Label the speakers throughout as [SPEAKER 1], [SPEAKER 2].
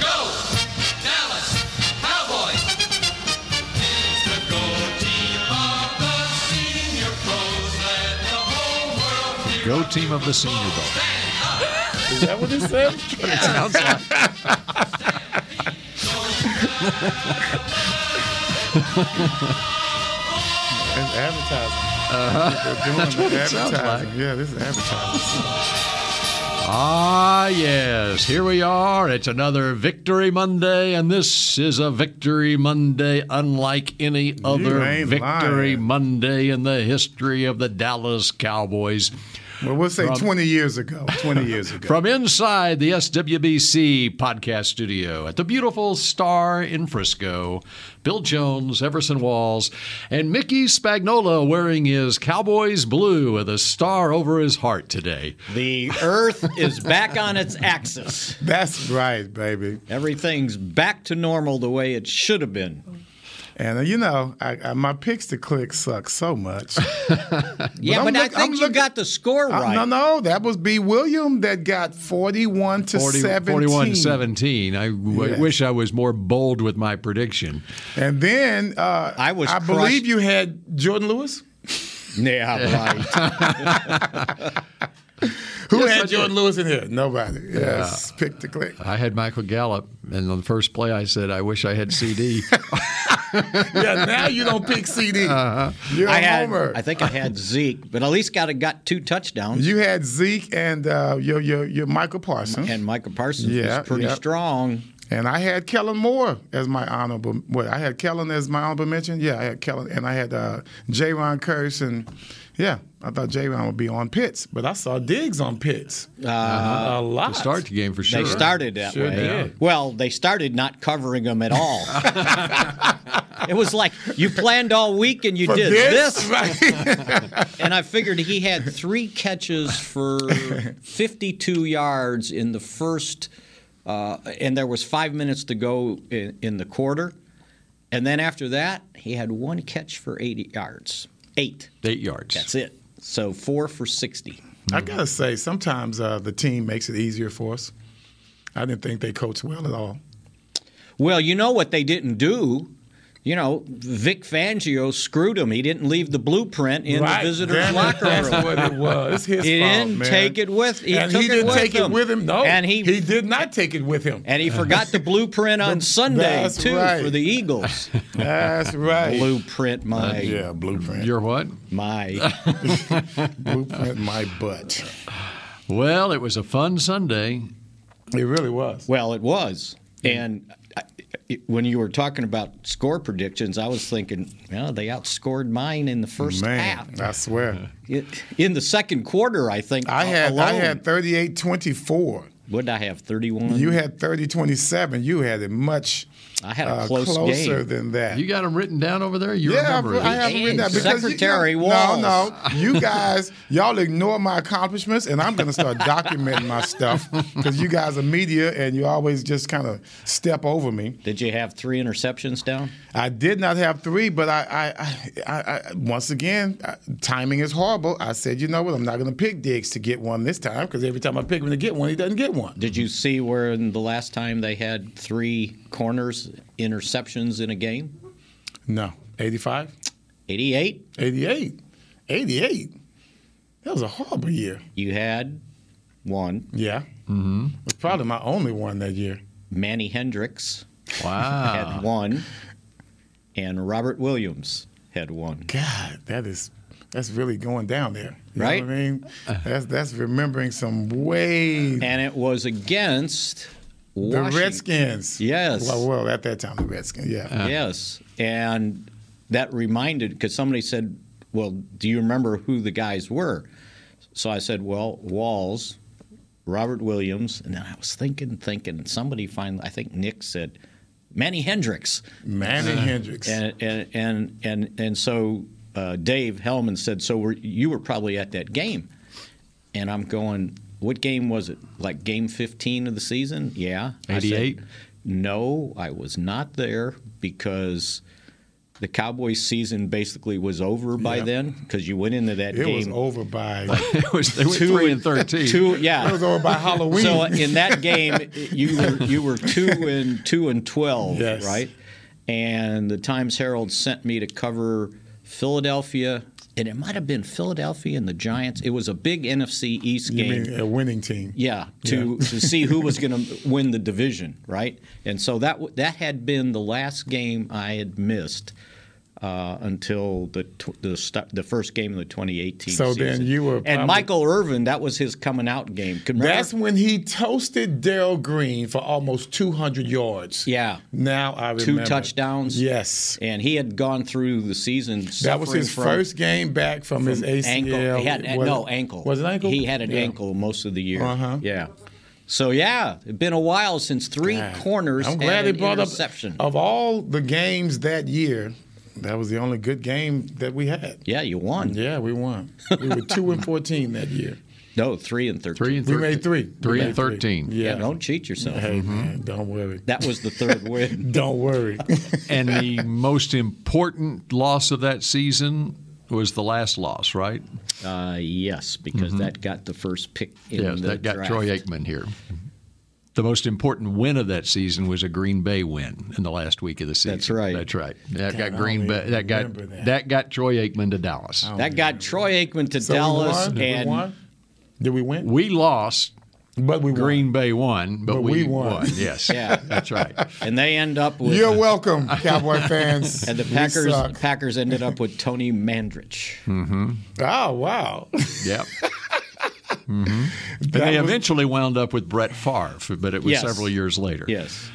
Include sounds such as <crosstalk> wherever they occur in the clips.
[SPEAKER 1] Go! Dallas Cowboys! It's the go team of the senior pros. Let the whole world hear
[SPEAKER 2] Go team of the Senior Bowl.
[SPEAKER 3] Is that what it said? That's advertising. They're
[SPEAKER 4] Uh-huh. <laughs>
[SPEAKER 3] doing
[SPEAKER 2] sounds
[SPEAKER 3] advertising. Yeah, this is advertising.
[SPEAKER 2] Ah, yes. Here we are. It's another Victory Monday, and this is a Victory Monday unlike any other
[SPEAKER 3] ain't
[SPEAKER 2] Victory
[SPEAKER 3] lying.
[SPEAKER 2] Monday in the history of the Dallas Cowboys.
[SPEAKER 3] Well, we'll say 20 years ago. 20 years ago.
[SPEAKER 2] From inside the SWBC podcast studio at the beautiful Star in Frisco, Bill Jones, Everson Walls, and Mickey Spagnola wearing his Cowboys blue with a star over his heart today.
[SPEAKER 4] The Earth is back on its axis.
[SPEAKER 3] That's right, baby.
[SPEAKER 4] Everything's back to normal the way it should have been.
[SPEAKER 3] And uh, you know, I, I, my picks to click suck so
[SPEAKER 4] <laughs>
[SPEAKER 3] much.
[SPEAKER 4] Yeah,
[SPEAKER 3] I'm
[SPEAKER 4] but
[SPEAKER 3] look-
[SPEAKER 4] I
[SPEAKER 3] I'm
[SPEAKER 4] think you
[SPEAKER 3] looking-
[SPEAKER 4] got the score
[SPEAKER 3] Uh,
[SPEAKER 4] right.
[SPEAKER 3] no, no, that was B. William that got 41 to 17.
[SPEAKER 2] 41 17. I w-
[SPEAKER 3] Yes.
[SPEAKER 2] wish I was more bold with my prediction.
[SPEAKER 3] And then uh,
[SPEAKER 4] I was
[SPEAKER 3] I
[SPEAKER 4] crushed.
[SPEAKER 3] believe you had Jordan Lewis.
[SPEAKER 4] <laughs> Yeah, right.
[SPEAKER 3] Who
[SPEAKER 2] Yes, I
[SPEAKER 3] had
[SPEAKER 2] did.
[SPEAKER 3] Jordan Lewis in here? Nobody. Yes, pick the click.
[SPEAKER 2] I had Michael Gallup, and on the first play, I said, I wish I
[SPEAKER 5] <laughs>
[SPEAKER 2] had CD.
[SPEAKER 3] Yeah, now you don't pick CD.
[SPEAKER 5] Uh-huh.
[SPEAKER 3] You're a
[SPEAKER 4] I had,
[SPEAKER 3] homer.
[SPEAKER 4] I think I had Zeke, but at least got it got two touchdowns.
[SPEAKER 3] you had Zeke and uh, your, your your Michael Parsons,
[SPEAKER 4] and Michael Parsons
[SPEAKER 3] Yeah,
[SPEAKER 4] was pretty
[SPEAKER 3] yeah.
[SPEAKER 4] strong.
[SPEAKER 3] and I had Kellen Moore as my honorable. What I had Kellen as my honorable mention. Yeah, I had Kellen, and I had uh, J. Ron Curse, and yeah, I thought J. Ron would be on Pitts, but I saw Diggs on Pitts
[SPEAKER 4] Uh-huh.
[SPEAKER 3] Uh, a lot.
[SPEAKER 2] to start the game for sure.
[SPEAKER 4] They started that
[SPEAKER 3] Sure
[SPEAKER 4] way.
[SPEAKER 3] did.
[SPEAKER 4] Well, they started not covering them at all. it was like you planned all week and you
[SPEAKER 3] For
[SPEAKER 4] did
[SPEAKER 3] this?
[SPEAKER 4] this.
[SPEAKER 3] <laughs> Right.
[SPEAKER 4] And I figured he had three catches for 52 yards in the first, uh, and there was five minutes to go in, in the quarter. And then after that, he had one catch for 80 yards. Eight.
[SPEAKER 2] eight yards.
[SPEAKER 4] That's it. So four for 60.
[SPEAKER 3] I gotta say, sometimes uh, the team makes it easier for us. I didn't think they coached well at all.
[SPEAKER 4] Well, you know what they didn't do. You know, Vic Fangio screwed him. He didn't leave the blueprint in the visitor's
[SPEAKER 3] Damn it,
[SPEAKER 4] locker room.
[SPEAKER 3] That's what it was. It's his
[SPEAKER 4] <laughs> He
[SPEAKER 3] fault,
[SPEAKER 4] didn't
[SPEAKER 3] man.
[SPEAKER 4] take it with- he
[SPEAKER 3] and
[SPEAKER 4] took
[SPEAKER 3] he
[SPEAKER 4] it
[SPEAKER 3] didn't
[SPEAKER 4] with
[SPEAKER 3] take it
[SPEAKER 4] him.
[SPEAKER 3] with him. No,
[SPEAKER 4] And he-
[SPEAKER 3] he did not take it with him.
[SPEAKER 4] And he forgot the blueprint on
[SPEAKER 3] <laughs>
[SPEAKER 4] Sunday,
[SPEAKER 3] That's
[SPEAKER 4] too,
[SPEAKER 3] right.
[SPEAKER 4] for
[SPEAKER 3] <laughs>
[SPEAKER 4] the Eagles.
[SPEAKER 3] That's right.
[SPEAKER 4] blueprint, my,
[SPEAKER 3] Yeah, blueprint.
[SPEAKER 2] You're what?
[SPEAKER 4] my.
[SPEAKER 3] <laughs> blueprint my butt.
[SPEAKER 2] Well, it was a fun Sunday.
[SPEAKER 3] It really was.
[SPEAKER 4] Well, it was. And I, it- when you were talking about score predictions, I was thinking, well, they outscored mine in the first half.
[SPEAKER 3] Man, I swear.
[SPEAKER 4] It- in the second quarter, I think.
[SPEAKER 3] I had
[SPEAKER 4] alone,
[SPEAKER 3] I had 38 24.
[SPEAKER 4] What did I have? Thirty-one.
[SPEAKER 3] You had 30 27. You had it much
[SPEAKER 4] I had a
[SPEAKER 3] uh,
[SPEAKER 4] close
[SPEAKER 3] closer
[SPEAKER 4] game.
[SPEAKER 3] than that.
[SPEAKER 2] You got them written down over there? You
[SPEAKER 3] Yeah,
[SPEAKER 2] remember
[SPEAKER 3] I, I haven't read that because you-
[SPEAKER 4] Secretary
[SPEAKER 3] you,
[SPEAKER 4] Walls.
[SPEAKER 3] No, no, you guys, y'all ignore my accomplishments, and I'm going to start documenting my stuff because you guys are media and you always just kind of step over me.
[SPEAKER 4] Did you have three interceptions down?
[SPEAKER 3] I did not have three, but I, I, I, I, I once again, I, timing is horrible. I said, you know what, I'm not going to pick Diggs to get one this time because every time I pick him to get one, he doesn't get one.
[SPEAKER 4] Did you see where in the last time they had three corners interceptions in a game?
[SPEAKER 3] No, 85,
[SPEAKER 4] Eighty-eight.
[SPEAKER 3] 88, 88. That was a horrible year.
[SPEAKER 4] You had one.
[SPEAKER 3] Yeah. Mm-hmm. It was probably my only one that year.
[SPEAKER 4] Manny Hendricks.
[SPEAKER 2] Wow. <laughs>
[SPEAKER 3] Ah.
[SPEAKER 4] had one, and Robert Williams had one.
[SPEAKER 3] God, that is that's really going down there. You know
[SPEAKER 4] Right?
[SPEAKER 3] what I
[SPEAKER 4] <laughs>
[SPEAKER 3] mean, that's that's remembering some way
[SPEAKER 4] And it was against
[SPEAKER 3] the
[SPEAKER 4] Washington.
[SPEAKER 3] Redskins.
[SPEAKER 4] Yes. Uh,
[SPEAKER 3] Well, well, at that time the Redskins. Yeah.
[SPEAKER 4] Yes. And that reminded, because somebody said, Well, do you remember who the guys were? So I said, Well, Walls, Robert Williams. And then I was thinking, thinking, somebody finally, I think Nick said, Manny Hendricks.
[SPEAKER 5] Manny
[SPEAKER 4] uh,
[SPEAKER 5] Hendricks.
[SPEAKER 4] And and and and, and so uh, Dave Hellman said, "So were, you were probably at that game," and I'm going, "What game was it? Like game 15 of the season? Yeah, I said,
[SPEAKER 2] 88?
[SPEAKER 4] No, I was not there because." The Cowboys season basically was over by
[SPEAKER 5] Yeah.
[SPEAKER 4] then because you went into that
[SPEAKER 5] it
[SPEAKER 4] game
[SPEAKER 5] was over
[SPEAKER 4] <laughs>
[SPEAKER 5] by
[SPEAKER 2] It was, they went three and thirteen.
[SPEAKER 4] Two, yeah,
[SPEAKER 5] it was over by Halloween.
[SPEAKER 4] so uh, in that game, you were you were two and two and twelve,
[SPEAKER 5] Yes.
[SPEAKER 4] right? And the Times Herald sent me to cover Philadelphia, and it might have been Philadelphia and the Giants. It was a big NFC East
[SPEAKER 5] you
[SPEAKER 4] game.
[SPEAKER 5] mean uh, a winning team?
[SPEAKER 4] Yeah, to, to see who was going to win the division, right? And so that w- that had been the last game I had missed uh, until the tw- the, st- the first game of the 2018
[SPEAKER 5] So
[SPEAKER 4] season.
[SPEAKER 5] then you were probably-
[SPEAKER 4] and Michael Irvin, that was his coming out game. Could-
[SPEAKER 5] That's when he toasted Daryl Green for almost 200 yards.
[SPEAKER 4] Yeah.
[SPEAKER 5] Now I remember.
[SPEAKER 4] Two touchdowns.
[SPEAKER 5] Yes.
[SPEAKER 4] and he had gone through the season.
[SPEAKER 5] That was
[SPEAKER 4] suffering
[SPEAKER 5] his
[SPEAKER 4] from
[SPEAKER 5] first game back from, his ACL.
[SPEAKER 4] ankle. He had
[SPEAKER 5] Was-
[SPEAKER 4] no ankle.
[SPEAKER 5] Was it ankle?
[SPEAKER 4] He had an
[SPEAKER 5] Yeah.
[SPEAKER 4] ankle most of the year.
[SPEAKER 5] Uh-huh.
[SPEAKER 4] Yeah. So yeah, it's been a while since three
[SPEAKER 5] God.
[SPEAKER 4] corners.
[SPEAKER 5] I'm glad
[SPEAKER 4] and
[SPEAKER 5] they
[SPEAKER 4] an
[SPEAKER 5] brought up
[SPEAKER 4] interception.
[SPEAKER 5] of all the games that year. That was the only good game that we had.
[SPEAKER 4] Yeah, you won.
[SPEAKER 5] Yeah, we won. We were two and fourteen that year.
[SPEAKER 4] No, three and thirteen.
[SPEAKER 2] Three and
[SPEAKER 5] We
[SPEAKER 2] thirteen.
[SPEAKER 5] made three. We
[SPEAKER 2] Three
[SPEAKER 5] made
[SPEAKER 2] and thirteen.
[SPEAKER 5] Yeah. Mm-hmm.
[SPEAKER 4] Yeah, don't cheat yourself.
[SPEAKER 5] Hey man, don't worry.
[SPEAKER 4] That was
[SPEAKER 5] <laughs>
[SPEAKER 4] the third win.
[SPEAKER 5] Don't worry.
[SPEAKER 2] <laughs>
[SPEAKER 5] <laughs>
[SPEAKER 2] And the most important loss of that season was the last loss, right?
[SPEAKER 4] Uh, yes, because
[SPEAKER 5] Mm-hmm.
[SPEAKER 4] that got the first pick in
[SPEAKER 2] Yes,
[SPEAKER 4] the
[SPEAKER 2] that got
[SPEAKER 4] draft.
[SPEAKER 2] Troy Aikman here. The most important win of that season was a Green Bay win in the last week of the season.
[SPEAKER 4] That's right.
[SPEAKER 2] That's right. That
[SPEAKER 5] Damn,
[SPEAKER 2] got
[SPEAKER 5] I
[SPEAKER 2] Green
[SPEAKER 5] don't
[SPEAKER 2] Bay.
[SPEAKER 5] even
[SPEAKER 2] That got
[SPEAKER 5] remember
[SPEAKER 2] that.
[SPEAKER 5] that. Oh.
[SPEAKER 2] got Troy Aikman to Dallas.
[SPEAKER 4] That got Troy Aikman to
[SPEAKER 5] So we
[SPEAKER 4] Dallas,
[SPEAKER 5] won? Did we
[SPEAKER 4] and
[SPEAKER 5] won? Did we win?
[SPEAKER 2] We lost.
[SPEAKER 5] but we
[SPEAKER 2] Green
[SPEAKER 5] won.
[SPEAKER 2] Bay won, but,
[SPEAKER 5] But we won.
[SPEAKER 2] <laughs> Yes.
[SPEAKER 4] Yeah.
[SPEAKER 2] That's right.
[SPEAKER 4] and they end up with
[SPEAKER 5] You're welcome, <laughs> Cowboy fans.
[SPEAKER 4] and the
[SPEAKER 5] We
[SPEAKER 4] Packers
[SPEAKER 5] suck.
[SPEAKER 4] Packers ended up with Tony Mandrich.
[SPEAKER 5] Oh wow.
[SPEAKER 2] Yep. Mm-hmm.
[SPEAKER 5] <laughs>
[SPEAKER 2] And they eventually wound up with Brett Favre, but it was
[SPEAKER 4] Yes.
[SPEAKER 2] several years later.
[SPEAKER 4] Yes.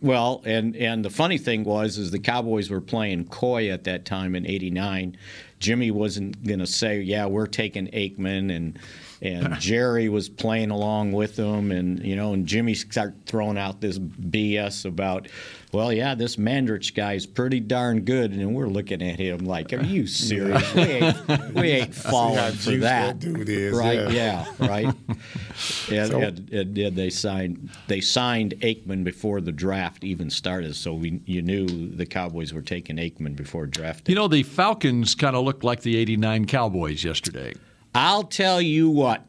[SPEAKER 4] Well, and and the funny thing was is the Cowboys were playing coy at that time in '89. Jimmy wasn't going to say, "Yeah, we're taking Aikman," and
[SPEAKER 5] <laughs>
[SPEAKER 4] and Jerry was playing along with them, and you know, and Jimmy started throwing out this BS about, "Well, yeah, this Mandrich guy's pretty darn good," and we're looking at him like, "Are
[SPEAKER 5] <laughs>
[SPEAKER 4] you serious? we ain't, we ain't falling for
[SPEAKER 5] juiced that
[SPEAKER 4] that."
[SPEAKER 5] dude is, yeah.
[SPEAKER 4] right? Yeah, right. And,
[SPEAKER 5] <laughs> So-
[SPEAKER 4] and, and, yeah, uh, they signed they signed Aikman before the draft even started, so we you knew the Cowboys were taking Aikman before draft.
[SPEAKER 2] You know, the Falcons kind of looked like the 89 Cowboys yesterday.
[SPEAKER 4] I'll tell you what,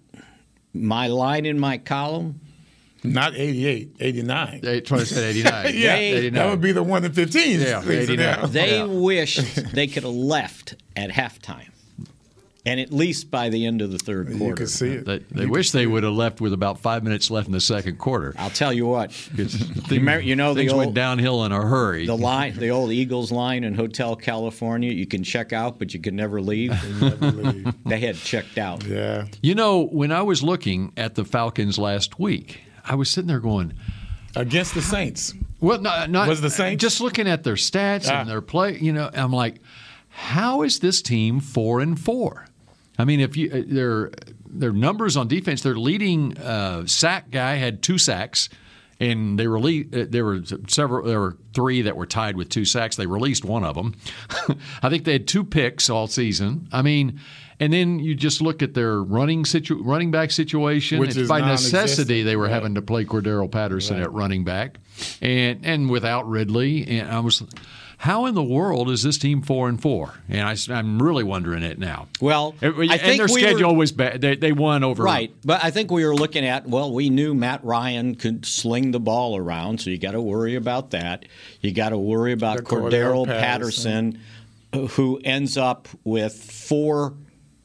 [SPEAKER 4] my line in my column,
[SPEAKER 5] Not 88, 89.
[SPEAKER 2] They trying to say 89.
[SPEAKER 5] <laughs> Yeah,
[SPEAKER 4] They-
[SPEAKER 2] 89.
[SPEAKER 5] that would be the one in 15.
[SPEAKER 2] Yeah,
[SPEAKER 5] season
[SPEAKER 2] 89.
[SPEAKER 5] now.
[SPEAKER 4] they
[SPEAKER 2] Yeah. <laughs>
[SPEAKER 4] wished they could have left at halftime, and at least by the end of the third quarter.
[SPEAKER 5] You could see it.
[SPEAKER 2] They, they wish they would have left with about five minutes left in the second quarter.
[SPEAKER 4] I'll tell you
[SPEAKER 2] <laughs>
[SPEAKER 4] what,
[SPEAKER 2] you,
[SPEAKER 4] remember- you know the
[SPEAKER 2] things went
[SPEAKER 4] old-
[SPEAKER 2] downhill in a hurry.
[SPEAKER 4] the line, the old Eagles line in Hotel California, you can check out, but you can never leave.
[SPEAKER 5] Never leave.
[SPEAKER 4] they had checked out.
[SPEAKER 5] yeah.
[SPEAKER 2] you know, when I was looking at the Falcons last week, I was sitting there going,
[SPEAKER 5] Against the Saints.
[SPEAKER 2] Well, no, not
[SPEAKER 5] Was the Saints?
[SPEAKER 2] Just looking at their stats
[SPEAKER 5] Ah.
[SPEAKER 2] and their play, you know, I'm like, how is this team four and four? I mean, if you uh, their their numbers on defense, their leading uh, sack guy had two sacks, and they released. Uh, there were several. There were three that were tied with two sacks. They released one of them. <laughs> I think they had two picks all season. I mean. And then you just look at their running situ- running back situation.
[SPEAKER 5] Which
[SPEAKER 2] it's
[SPEAKER 5] is
[SPEAKER 2] by
[SPEAKER 5] non-existent.
[SPEAKER 2] necessity they were having to play Cordero Patterson at running back, and and without Ridley, and I was, how in the world is this team four and four? And I, am really wondering it now.
[SPEAKER 4] Well,
[SPEAKER 2] and,
[SPEAKER 4] I
[SPEAKER 2] and
[SPEAKER 4] think
[SPEAKER 2] their
[SPEAKER 4] we
[SPEAKER 2] schedule
[SPEAKER 4] were-
[SPEAKER 2] was bad. They, they won over
[SPEAKER 4] Right, but I think we were looking at well, we knew Matt Ryan could sling the ball around, so you got to worry about that. You got to worry about
[SPEAKER 5] The Cordero
[SPEAKER 4] Cordero, Patterson,
[SPEAKER 5] Patterson.
[SPEAKER 4] who ends up with four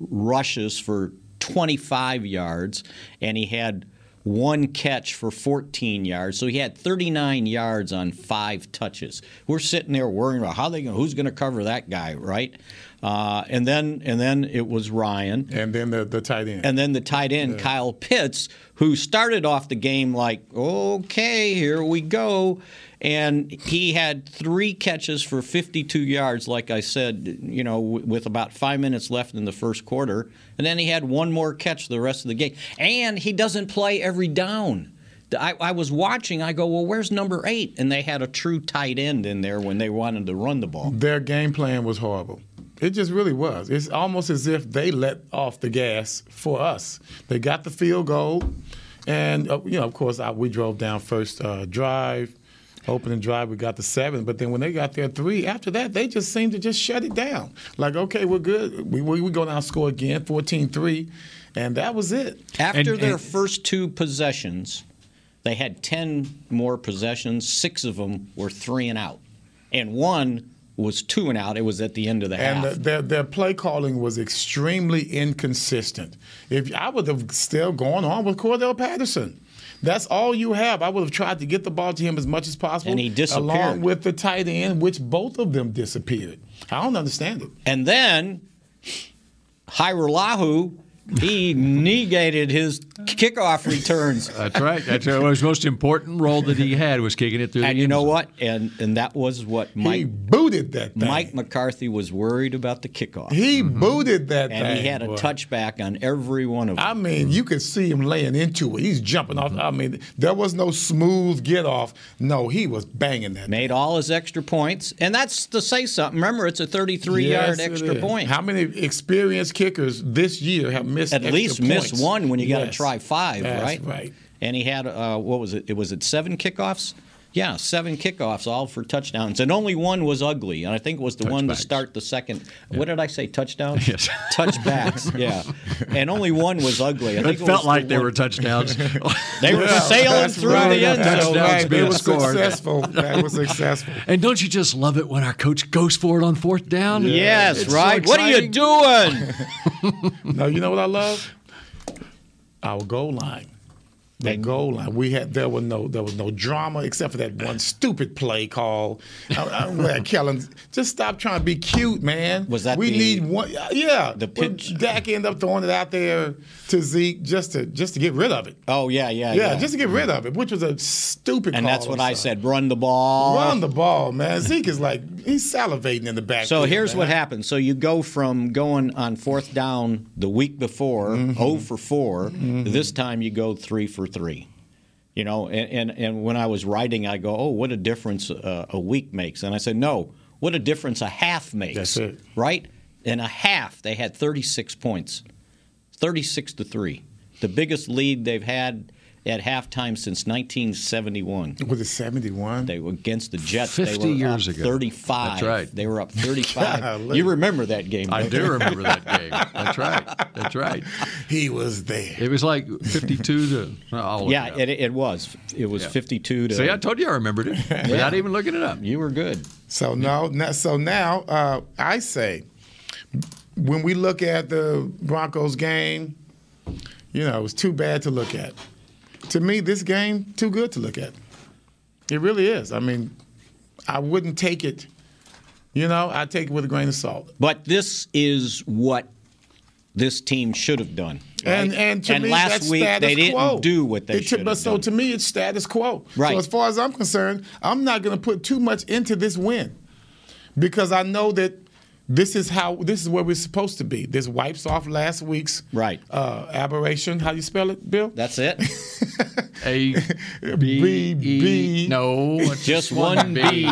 [SPEAKER 4] rushes for 25 yards, and he had one catch for 14 yards, so he had 39 yards on five touches. We're sitting there worrying about how they going who's going to cover that guy, right? Uh, and then and then it was Ryan.
[SPEAKER 5] And then the, the tight end.
[SPEAKER 4] And then the tight end, Kyle Pitts, who started off the game like, okay, here we go. And he had three catches for 52 yards, like I said, you know, w- with about five minutes left in the first quarter. And then he had one more catch the rest of the game. And he doesn't play every down. I, I was watching. I go, well, where's number eight? And they had a true tight end in there when they wanted to run the ball.
[SPEAKER 3] Their game plan was horrible. It just really was. It's almost as if they let off the gas for us. They got the field goal, and uh, you know, of course, I, we drove down first uh, drive, opening drive. We got the seven, but then when they got their three, after that, they just seemed to just shut it down. Like, okay, we're good. We we, we go down and score again, 14-3, and that was it.
[SPEAKER 4] After
[SPEAKER 2] And-
[SPEAKER 4] their
[SPEAKER 2] and-
[SPEAKER 4] first two possessions, they had 10 more possessions. Six of them were three and out, and one was two and out. It was at the end of the
[SPEAKER 3] And
[SPEAKER 4] half.
[SPEAKER 3] the, their their play calling was extremely inconsistent. If I would have still gone on with Cordell Patterson, that's all you have. I would have tried to get the ball to him as much as possible.
[SPEAKER 4] And he disappeared.
[SPEAKER 3] along with the tight end, which both of them disappeared. I don't understand it.
[SPEAKER 4] And then Hiralahu, he negated his kickoff returns.
[SPEAKER 2] That's right. That's right. his most important role that he had was kicking it through
[SPEAKER 4] And
[SPEAKER 2] the
[SPEAKER 4] you
[SPEAKER 2] end
[SPEAKER 4] know
[SPEAKER 2] zone.
[SPEAKER 4] what? And and that was what
[SPEAKER 3] he
[SPEAKER 4] Mike
[SPEAKER 3] booted that thing.
[SPEAKER 4] Mike McCarthy was worried about the kickoff.
[SPEAKER 3] he booted that
[SPEAKER 4] Mm-hmm. and
[SPEAKER 3] thing.
[SPEAKER 4] he had a
[SPEAKER 3] boy.
[SPEAKER 4] touchback on every one of them.
[SPEAKER 3] I mean, you could see him laying into it. He's jumping off.
[SPEAKER 4] Mm-hmm.
[SPEAKER 3] I mean, there was no smooth get off. No, he was banging that.
[SPEAKER 4] Made all his extra points. And that's to say something. Remember, it's a 33
[SPEAKER 3] Yes,
[SPEAKER 4] yard
[SPEAKER 3] it
[SPEAKER 4] extra
[SPEAKER 3] is.
[SPEAKER 4] point.
[SPEAKER 3] How many experienced kickers this year have missed
[SPEAKER 4] At
[SPEAKER 3] extra
[SPEAKER 4] least miss
[SPEAKER 3] points?
[SPEAKER 4] one when you got to
[SPEAKER 3] Yes.
[SPEAKER 4] try five,
[SPEAKER 3] That's
[SPEAKER 4] right?
[SPEAKER 3] right.
[SPEAKER 4] And he had, uh, what was it? It was it seven kickoffs? Yeah, seven kickoffs, all for touchdowns. And only one was ugly. And I think it was the one to
[SPEAKER 2] Touchbacks.
[SPEAKER 4] start the second. What did I say? Touchdowns? Yes. Touchbacks, yeah. And only one was ugly. I
[SPEAKER 2] It
[SPEAKER 4] think
[SPEAKER 2] felt
[SPEAKER 4] was
[SPEAKER 2] like
[SPEAKER 4] the
[SPEAKER 2] they
[SPEAKER 4] one-
[SPEAKER 2] were touchdowns. <laughs>
[SPEAKER 4] They were
[SPEAKER 3] Yeah,
[SPEAKER 4] sailing
[SPEAKER 3] that's
[SPEAKER 4] through
[SPEAKER 3] right.
[SPEAKER 4] the end
[SPEAKER 3] That's
[SPEAKER 4] zone.
[SPEAKER 2] Touchdowns
[SPEAKER 3] right.
[SPEAKER 2] being
[SPEAKER 3] It was
[SPEAKER 2] scored.
[SPEAKER 4] <laughs>
[SPEAKER 3] successful. That was successful.
[SPEAKER 2] and don't you just love it when our coach goes for it on fourth down?
[SPEAKER 4] Yes,
[SPEAKER 2] It's so
[SPEAKER 4] right. what are you
[SPEAKER 2] exciting.
[SPEAKER 4] doing?
[SPEAKER 3] No, Oh, you know what I love? Our goal line. The goal line. We had there was no there was no drama except for that one stupid play call. I, I'm glad Kellen just stop trying to be cute, man.
[SPEAKER 4] Was that
[SPEAKER 3] we
[SPEAKER 4] the-
[SPEAKER 3] need one? Yeah,
[SPEAKER 4] the
[SPEAKER 3] When
[SPEAKER 4] pitch?
[SPEAKER 3] Dak ended up throwing it out there to Zeke just to just to get rid of it.
[SPEAKER 4] Oh yeah,
[SPEAKER 3] Yeah,
[SPEAKER 4] yeah, yeah. Mm-hmm.
[SPEAKER 3] just to get rid of it, which was a stupid.
[SPEAKER 4] and
[SPEAKER 3] call
[SPEAKER 4] that's what
[SPEAKER 3] on
[SPEAKER 4] I
[SPEAKER 3] Sunday.
[SPEAKER 4] said. Run the ball.
[SPEAKER 3] Run the ball, man. Zeke is like he's salivating in the back.
[SPEAKER 4] So here's what happened. So you go from going on fourth down the week before,
[SPEAKER 3] Mm-hmm.
[SPEAKER 4] 0 for 4, this time you go 3 for 3. You know, and, and, and when I was writing, I go, oh, what a difference uh, a week makes. And I said, no, what a difference a half makes.
[SPEAKER 3] That's it.
[SPEAKER 4] Right? In a half, they had 36 points, 36 to 3. The biggest lead they've had at halftime since 1971.
[SPEAKER 3] Was it seventy one?
[SPEAKER 4] They were against the Jets.
[SPEAKER 2] 50
[SPEAKER 4] they were
[SPEAKER 2] years
[SPEAKER 4] up
[SPEAKER 2] ago.
[SPEAKER 4] 35.
[SPEAKER 2] That's right.
[SPEAKER 4] They were up
[SPEAKER 3] <laughs>
[SPEAKER 4] 35.
[SPEAKER 3] Golly.
[SPEAKER 4] you remember that game?
[SPEAKER 2] I
[SPEAKER 4] don't
[SPEAKER 2] do
[SPEAKER 4] you?
[SPEAKER 2] remember that game. That's right. That's right.
[SPEAKER 3] He was there.
[SPEAKER 2] It was like 52 to. well, I'll look
[SPEAKER 4] Yeah,
[SPEAKER 2] up.
[SPEAKER 4] it, it was. It was
[SPEAKER 2] Oh, Yeah.
[SPEAKER 4] 52 to.
[SPEAKER 2] See, I told you I remembered
[SPEAKER 4] <laughs>
[SPEAKER 2] it without even looking it up.
[SPEAKER 4] you were good.
[SPEAKER 3] So no, no so now uh, I say when we look at the Broncos game, you know, it was too bad to look at. To me, this game too good to look at. It really is. I mean, I wouldn't take it. You know, I take it with a grain of salt.
[SPEAKER 4] But this is what this team should have done. right?
[SPEAKER 3] And and to me,
[SPEAKER 4] last
[SPEAKER 3] that's
[SPEAKER 4] week
[SPEAKER 3] status
[SPEAKER 4] they didn't
[SPEAKER 3] quo.
[SPEAKER 4] do what they
[SPEAKER 3] It
[SPEAKER 4] should
[SPEAKER 3] took-
[SPEAKER 4] have
[SPEAKER 3] But so
[SPEAKER 4] done.
[SPEAKER 3] to me, it's status quo.
[SPEAKER 4] Right.
[SPEAKER 3] So as far as I'm concerned, I'm not going to put too much into this win because I know that this is how this is where we're supposed to be. This wipes off last week's
[SPEAKER 4] Right.
[SPEAKER 3] uh, aberration. How do you spell it, Bill?
[SPEAKER 2] <laughs>
[SPEAKER 4] That's it.
[SPEAKER 3] <laughs>
[SPEAKER 2] A B
[SPEAKER 3] B,
[SPEAKER 2] E-
[SPEAKER 3] B.
[SPEAKER 2] No, it's
[SPEAKER 4] Just one
[SPEAKER 2] B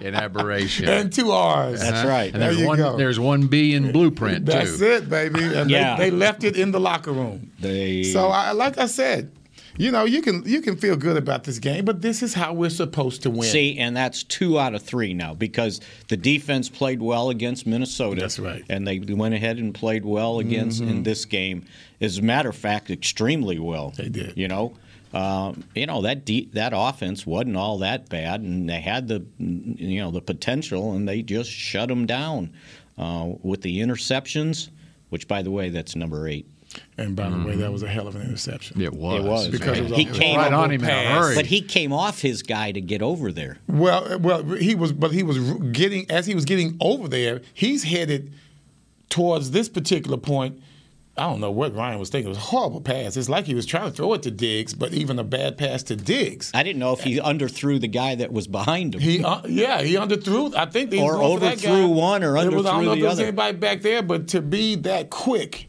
[SPEAKER 2] in aberration.
[SPEAKER 3] and two R's.
[SPEAKER 4] That's right.
[SPEAKER 2] And
[SPEAKER 3] There
[SPEAKER 2] there's
[SPEAKER 3] you
[SPEAKER 2] one.
[SPEAKER 3] go.
[SPEAKER 2] There's one B in blueprint
[SPEAKER 3] That's
[SPEAKER 2] too.
[SPEAKER 3] it, baby. And
[SPEAKER 4] Yeah.
[SPEAKER 3] they, they left it in the locker room.
[SPEAKER 4] They-
[SPEAKER 3] So, I, like I said, you know, you can you can feel good about this game, but this is how we're supposed to win.
[SPEAKER 4] See, and that's two out of three now because the defense played well against Minnesota.
[SPEAKER 3] That's right. Mm-hmm.
[SPEAKER 4] And they went ahead and played well against in this game. As a matter of fact, extremely well.
[SPEAKER 3] They did.
[SPEAKER 4] You know, um, you know that de- that offense wasn't all that bad, and they had the you know the potential, and they just shut them down uh, with the interceptions. Which, by the way, that's number eight.
[SPEAKER 3] And by the way,
[SPEAKER 4] Mm-hmm.
[SPEAKER 3] that was a hell of an interception.
[SPEAKER 2] It was.
[SPEAKER 4] It was,
[SPEAKER 3] Because
[SPEAKER 4] right.
[SPEAKER 3] it was a
[SPEAKER 4] He came
[SPEAKER 3] horrible
[SPEAKER 2] right on him in a
[SPEAKER 3] pass.
[SPEAKER 2] hurry.
[SPEAKER 4] But he came off his guy to get over there.
[SPEAKER 3] Well, well, he was, but he was getting as he was getting over there. He's headed towards this particular point. I don't know what Ryan was thinking. It was a horrible pass. It's like he was trying to throw it to Diggs, but even a bad pass to Diggs.
[SPEAKER 4] I didn't know if he underthrew the guy that was behind him.
[SPEAKER 3] He, uh, yeah, he underthrew. I think they
[SPEAKER 4] Or overthrew one or
[SPEAKER 3] it was, I don't
[SPEAKER 4] underthrew
[SPEAKER 3] know
[SPEAKER 4] the
[SPEAKER 3] if there was
[SPEAKER 4] other.
[SPEAKER 3] anybody back there, but to be that quick,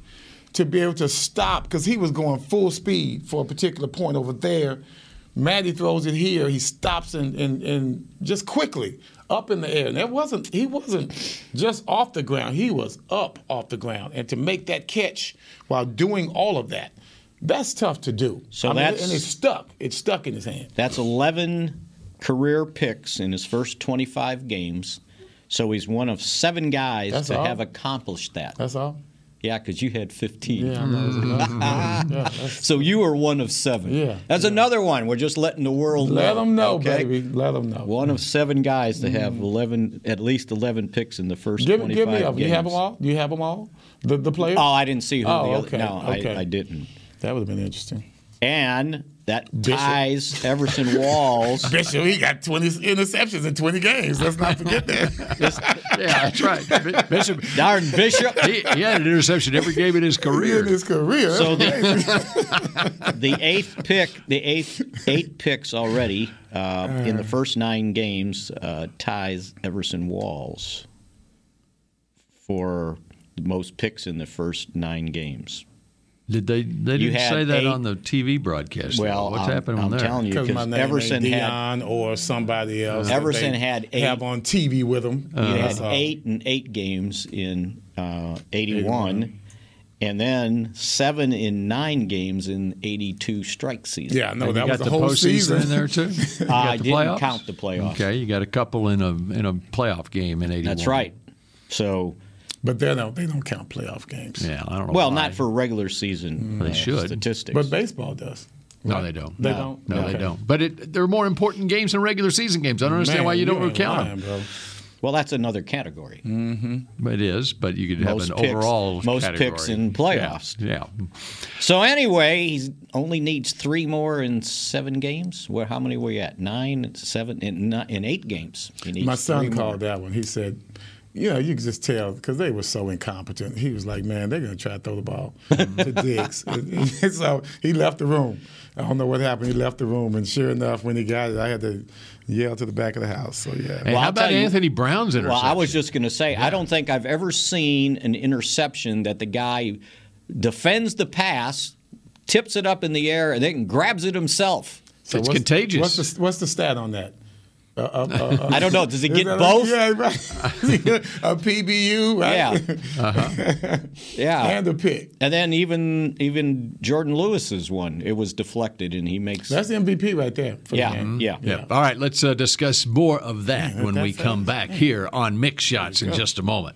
[SPEAKER 3] to be able to stop because he was going full speed for a particular point over there,
[SPEAKER 5] Maddie throws it here. He stops and, and, and just quickly up in the air. And that wasn't he wasn't just off the ground. He was up off the ground. And to make that catch while doing all of that, that's tough to do.
[SPEAKER 4] So
[SPEAKER 5] I mean,
[SPEAKER 4] that's-
[SPEAKER 5] and it's stuck. It's stuck in his hand.
[SPEAKER 4] That's 11 career picks in his first 25 games. So he's one of seven guys
[SPEAKER 5] That's
[SPEAKER 4] to
[SPEAKER 5] all.
[SPEAKER 4] have accomplished that.
[SPEAKER 5] That's all.
[SPEAKER 4] Yeah, because you had 15.
[SPEAKER 5] Yeah, I know. <laughs>
[SPEAKER 4] So you are one of seven.
[SPEAKER 5] Yeah,
[SPEAKER 4] That's another one. We're just letting the world
[SPEAKER 5] Let
[SPEAKER 4] know.
[SPEAKER 5] them know,
[SPEAKER 4] okay?
[SPEAKER 5] baby. Let them know.
[SPEAKER 4] One of seven guys to have 11, at least 11 picks in the first
[SPEAKER 5] give,
[SPEAKER 4] 25
[SPEAKER 5] give me up.
[SPEAKER 4] games.
[SPEAKER 5] You have them all? Do you have them all? The the players?
[SPEAKER 4] Oh, I didn't see who
[SPEAKER 5] Oh,
[SPEAKER 4] the other.
[SPEAKER 5] okay,
[SPEAKER 4] No,
[SPEAKER 5] okay.
[SPEAKER 4] I, I didn't.
[SPEAKER 5] that would have been interesting.
[SPEAKER 4] And that
[SPEAKER 5] Bishop.
[SPEAKER 4] ties Everson Walls.
[SPEAKER 5] <laughs> Bishop, he got 20 interceptions in 20 games. Let's not forget that.
[SPEAKER 2] <laughs> Yeah, that's right.
[SPEAKER 4] <laughs>
[SPEAKER 2] Bi- Bishop,
[SPEAKER 4] Darn Bishop.
[SPEAKER 2] he, he had an interception every game in
[SPEAKER 3] <laughs>
[SPEAKER 2] his
[SPEAKER 5] in
[SPEAKER 2] career.
[SPEAKER 5] his career.
[SPEAKER 4] So the, the eighth pick, the eighth eight picks already uh, in the first nine games uh, ties Everson Walls for the most picks in the first nine games.
[SPEAKER 2] Did they? They
[SPEAKER 4] You
[SPEAKER 2] didn't
[SPEAKER 4] had
[SPEAKER 2] say that
[SPEAKER 4] eight-
[SPEAKER 2] on the TV broadcast.
[SPEAKER 4] Well,
[SPEAKER 2] what's
[SPEAKER 4] I'm,
[SPEAKER 2] happening
[SPEAKER 4] I'm
[SPEAKER 2] there?
[SPEAKER 4] telling you
[SPEAKER 5] because my
[SPEAKER 4] because
[SPEAKER 5] name
[SPEAKER 4] Everson
[SPEAKER 5] ain't
[SPEAKER 4] had
[SPEAKER 5] Dion or somebody else. that
[SPEAKER 4] Everson
[SPEAKER 5] they
[SPEAKER 4] had
[SPEAKER 5] have
[SPEAKER 4] eight.
[SPEAKER 5] on TV with him.
[SPEAKER 4] you had
[SPEAKER 2] Uh,
[SPEAKER 5] That's all.
[SPEAKER 4] eight and eight games in uh, 81, and then seven in nine games in 82 strike season.
[SPEAKER 5] Yeah, I know
[SPEAKER 2] And you
[SPEAKER 5] that was
[SPEAKER 2] got
[SPEAKER 5] the,
[SPEAKER 2] the
[SPEAKER 5] whole
[SPEAKER 2] postseason
[SPEAKER 5] season.
[SPEAKER 2] in there
[SPEAKER 3] <laughs>
[SPEAKER 2] too. You got
[SPEAKER 4] I
[SPEAKER 2] the
[SPEAKER 4] didn't
[SPEAKER 2] playoffs?
[SPEAKER 4] count the playoffs.
[SPEAKER 2] Okay, you got a couple in a in a playoff game in '81.
[SPEAKER 4] That's right. So,
[SPEAKER 5] But they don't they don't count playoff games.
[SPEAKER 2] Yeah, I don't know.
[SPEAKER 4] well,
[SPEAKER 2] why.
[SPEAKER 4] not for regular season
[SPEAKER 2] They
[SPEAKER 4] uh,
[SPEAKER 2] should.
[SPEAKER 4] statistics.
[SPEAKER 5] But baseball does.
[SPEAKER 2] No, they don't.
[SPEAKER 5] They don't.
[SPEAKER 2] No, they
[SPEAKER 5] Okay.
[SPEAKER 2] don't. But it, there are more important games than regular season games. I don't understand
[SPEAKER 5] Man,
[SPEAKER 2] why you don't
[SPEAKER 5] ain't
[SPEAKER 2] count
[SPEAKER 5] lying,
[SPEAKER 2] them.
[SPEAKER 5] bro.
[SPEAKER 4] well, that's another category.
[SPEAKER 2] But It is, Mm. but you could have
[SPEAKER 4] Most
[SPEAKER 2] an
[SPEAKER 4] picks-
[SPEAKER 2] overall
[SPEAKER 4] most
[SPEAKER 2] category.
[SPEAKER 4] picks in playoffs.
[SPEAKER 2] Yeah. yeah.
[SPEAKER 4] So anyway, he only needs three more in seven games. Well, how many were you at? Nine, seven, in, ni- in eight games. He needs
[SPEAKER 5] My
[SPEAKER 4] three
[SPEAKER 5] son
[SPEAKER 4] more.
[SPEAKER 5] called that one. He said, you know, you could just tell because they were so incompetent. He was like, man, they're going to try to throw the ball
[SPEAKER 2] <laughs>
[SPEAKER 5] to Diggs. <laughs> so he left the room. I don't know what happened. He left the room. And sure enough, when he got it, I had to yell to the back of the house. So, yeah.
[SPEAKER 2] Hey,
[SPEAKER 4] Well,
[SPEAKER 2] how
[SPEAKER 4] I'll
[SPEAKER 2] about
[SPEAKER 4] tell you-
[SPEAKER 2] Anthony Brown's interception?
[SPEAKER 4] Well, I was just going to say, I don't think I've ever seen an interception that the guy defends the pass, tips it up in the air, and then grabs it himself.
[SPEAKER 5] So
[SPEAKER 2] It's
[SPEAKER 5] what's-
[SPEAKER 2] contagious.
[SPEAKER 5] What's the, what's the stat on that? Uh, uh, uh, uh,
[SPEAKER 4] I don't know. Does he
[SPEAKER 5] is
[SPEAKER 4] get
[SPEAKER 5] that a-
[SPEAKER 4] both?
[SPEAKER 5] yeah, right. <laughs> a PBU, right?
[SPEAKER 4] Yeah. Yeah.
[SPEAKER 5] <laughs> and a pick.
[SPEAKER 4] And then even even Jordan Lewis's one, it was deflected, and he makes.
[SPEAKER 5] That's the MVP right there. For
[SPEAKER 4] Yeah,
[SPEAKER 5] The game.
[SPEAKER 4] yeah.
[SPEAKER 2] Yeah. All right, let's uh, discuss more of that when we come back here on Mix Shots in just a moment.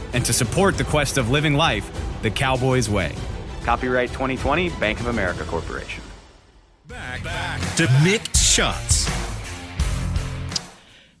[SPEAKER 6] and to support the quest of living life the Cowboys Way. Copyright 2020, Bank of America Corporation.
[SPEAKER 7] To Mixed Shots.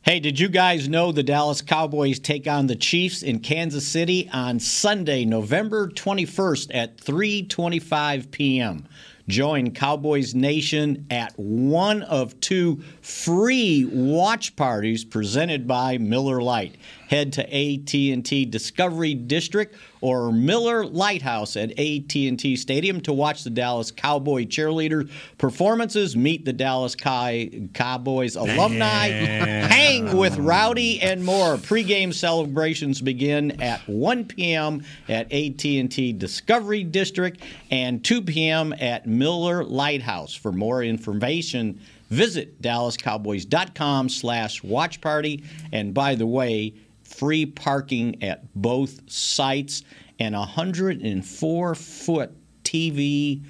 [SPEAKER 4] Hey, did you guys know the Dallas Cowboys take on the Chiefs in Kansas City on Sunday, November 21st at 3:25 p.m. Join Cowboys Nation at one of two free watch parties presented by Miller Lite. Head to AT&T Discovery District or Miller Lighthouse at AT&T Stadium to watch the Dallas Cowboy cheerleader performances, meet the Dallas Cow- Cowboys alumni, hang with Rowdy and more. Pre-game celebrations begin at 1 p.m. at AT&T Discovery District and 2 p.m. at Miller Lighthouse. For more information, visit dallascowboys.com slash watch party. And by the way, free parking at both sites and a 104 foot TV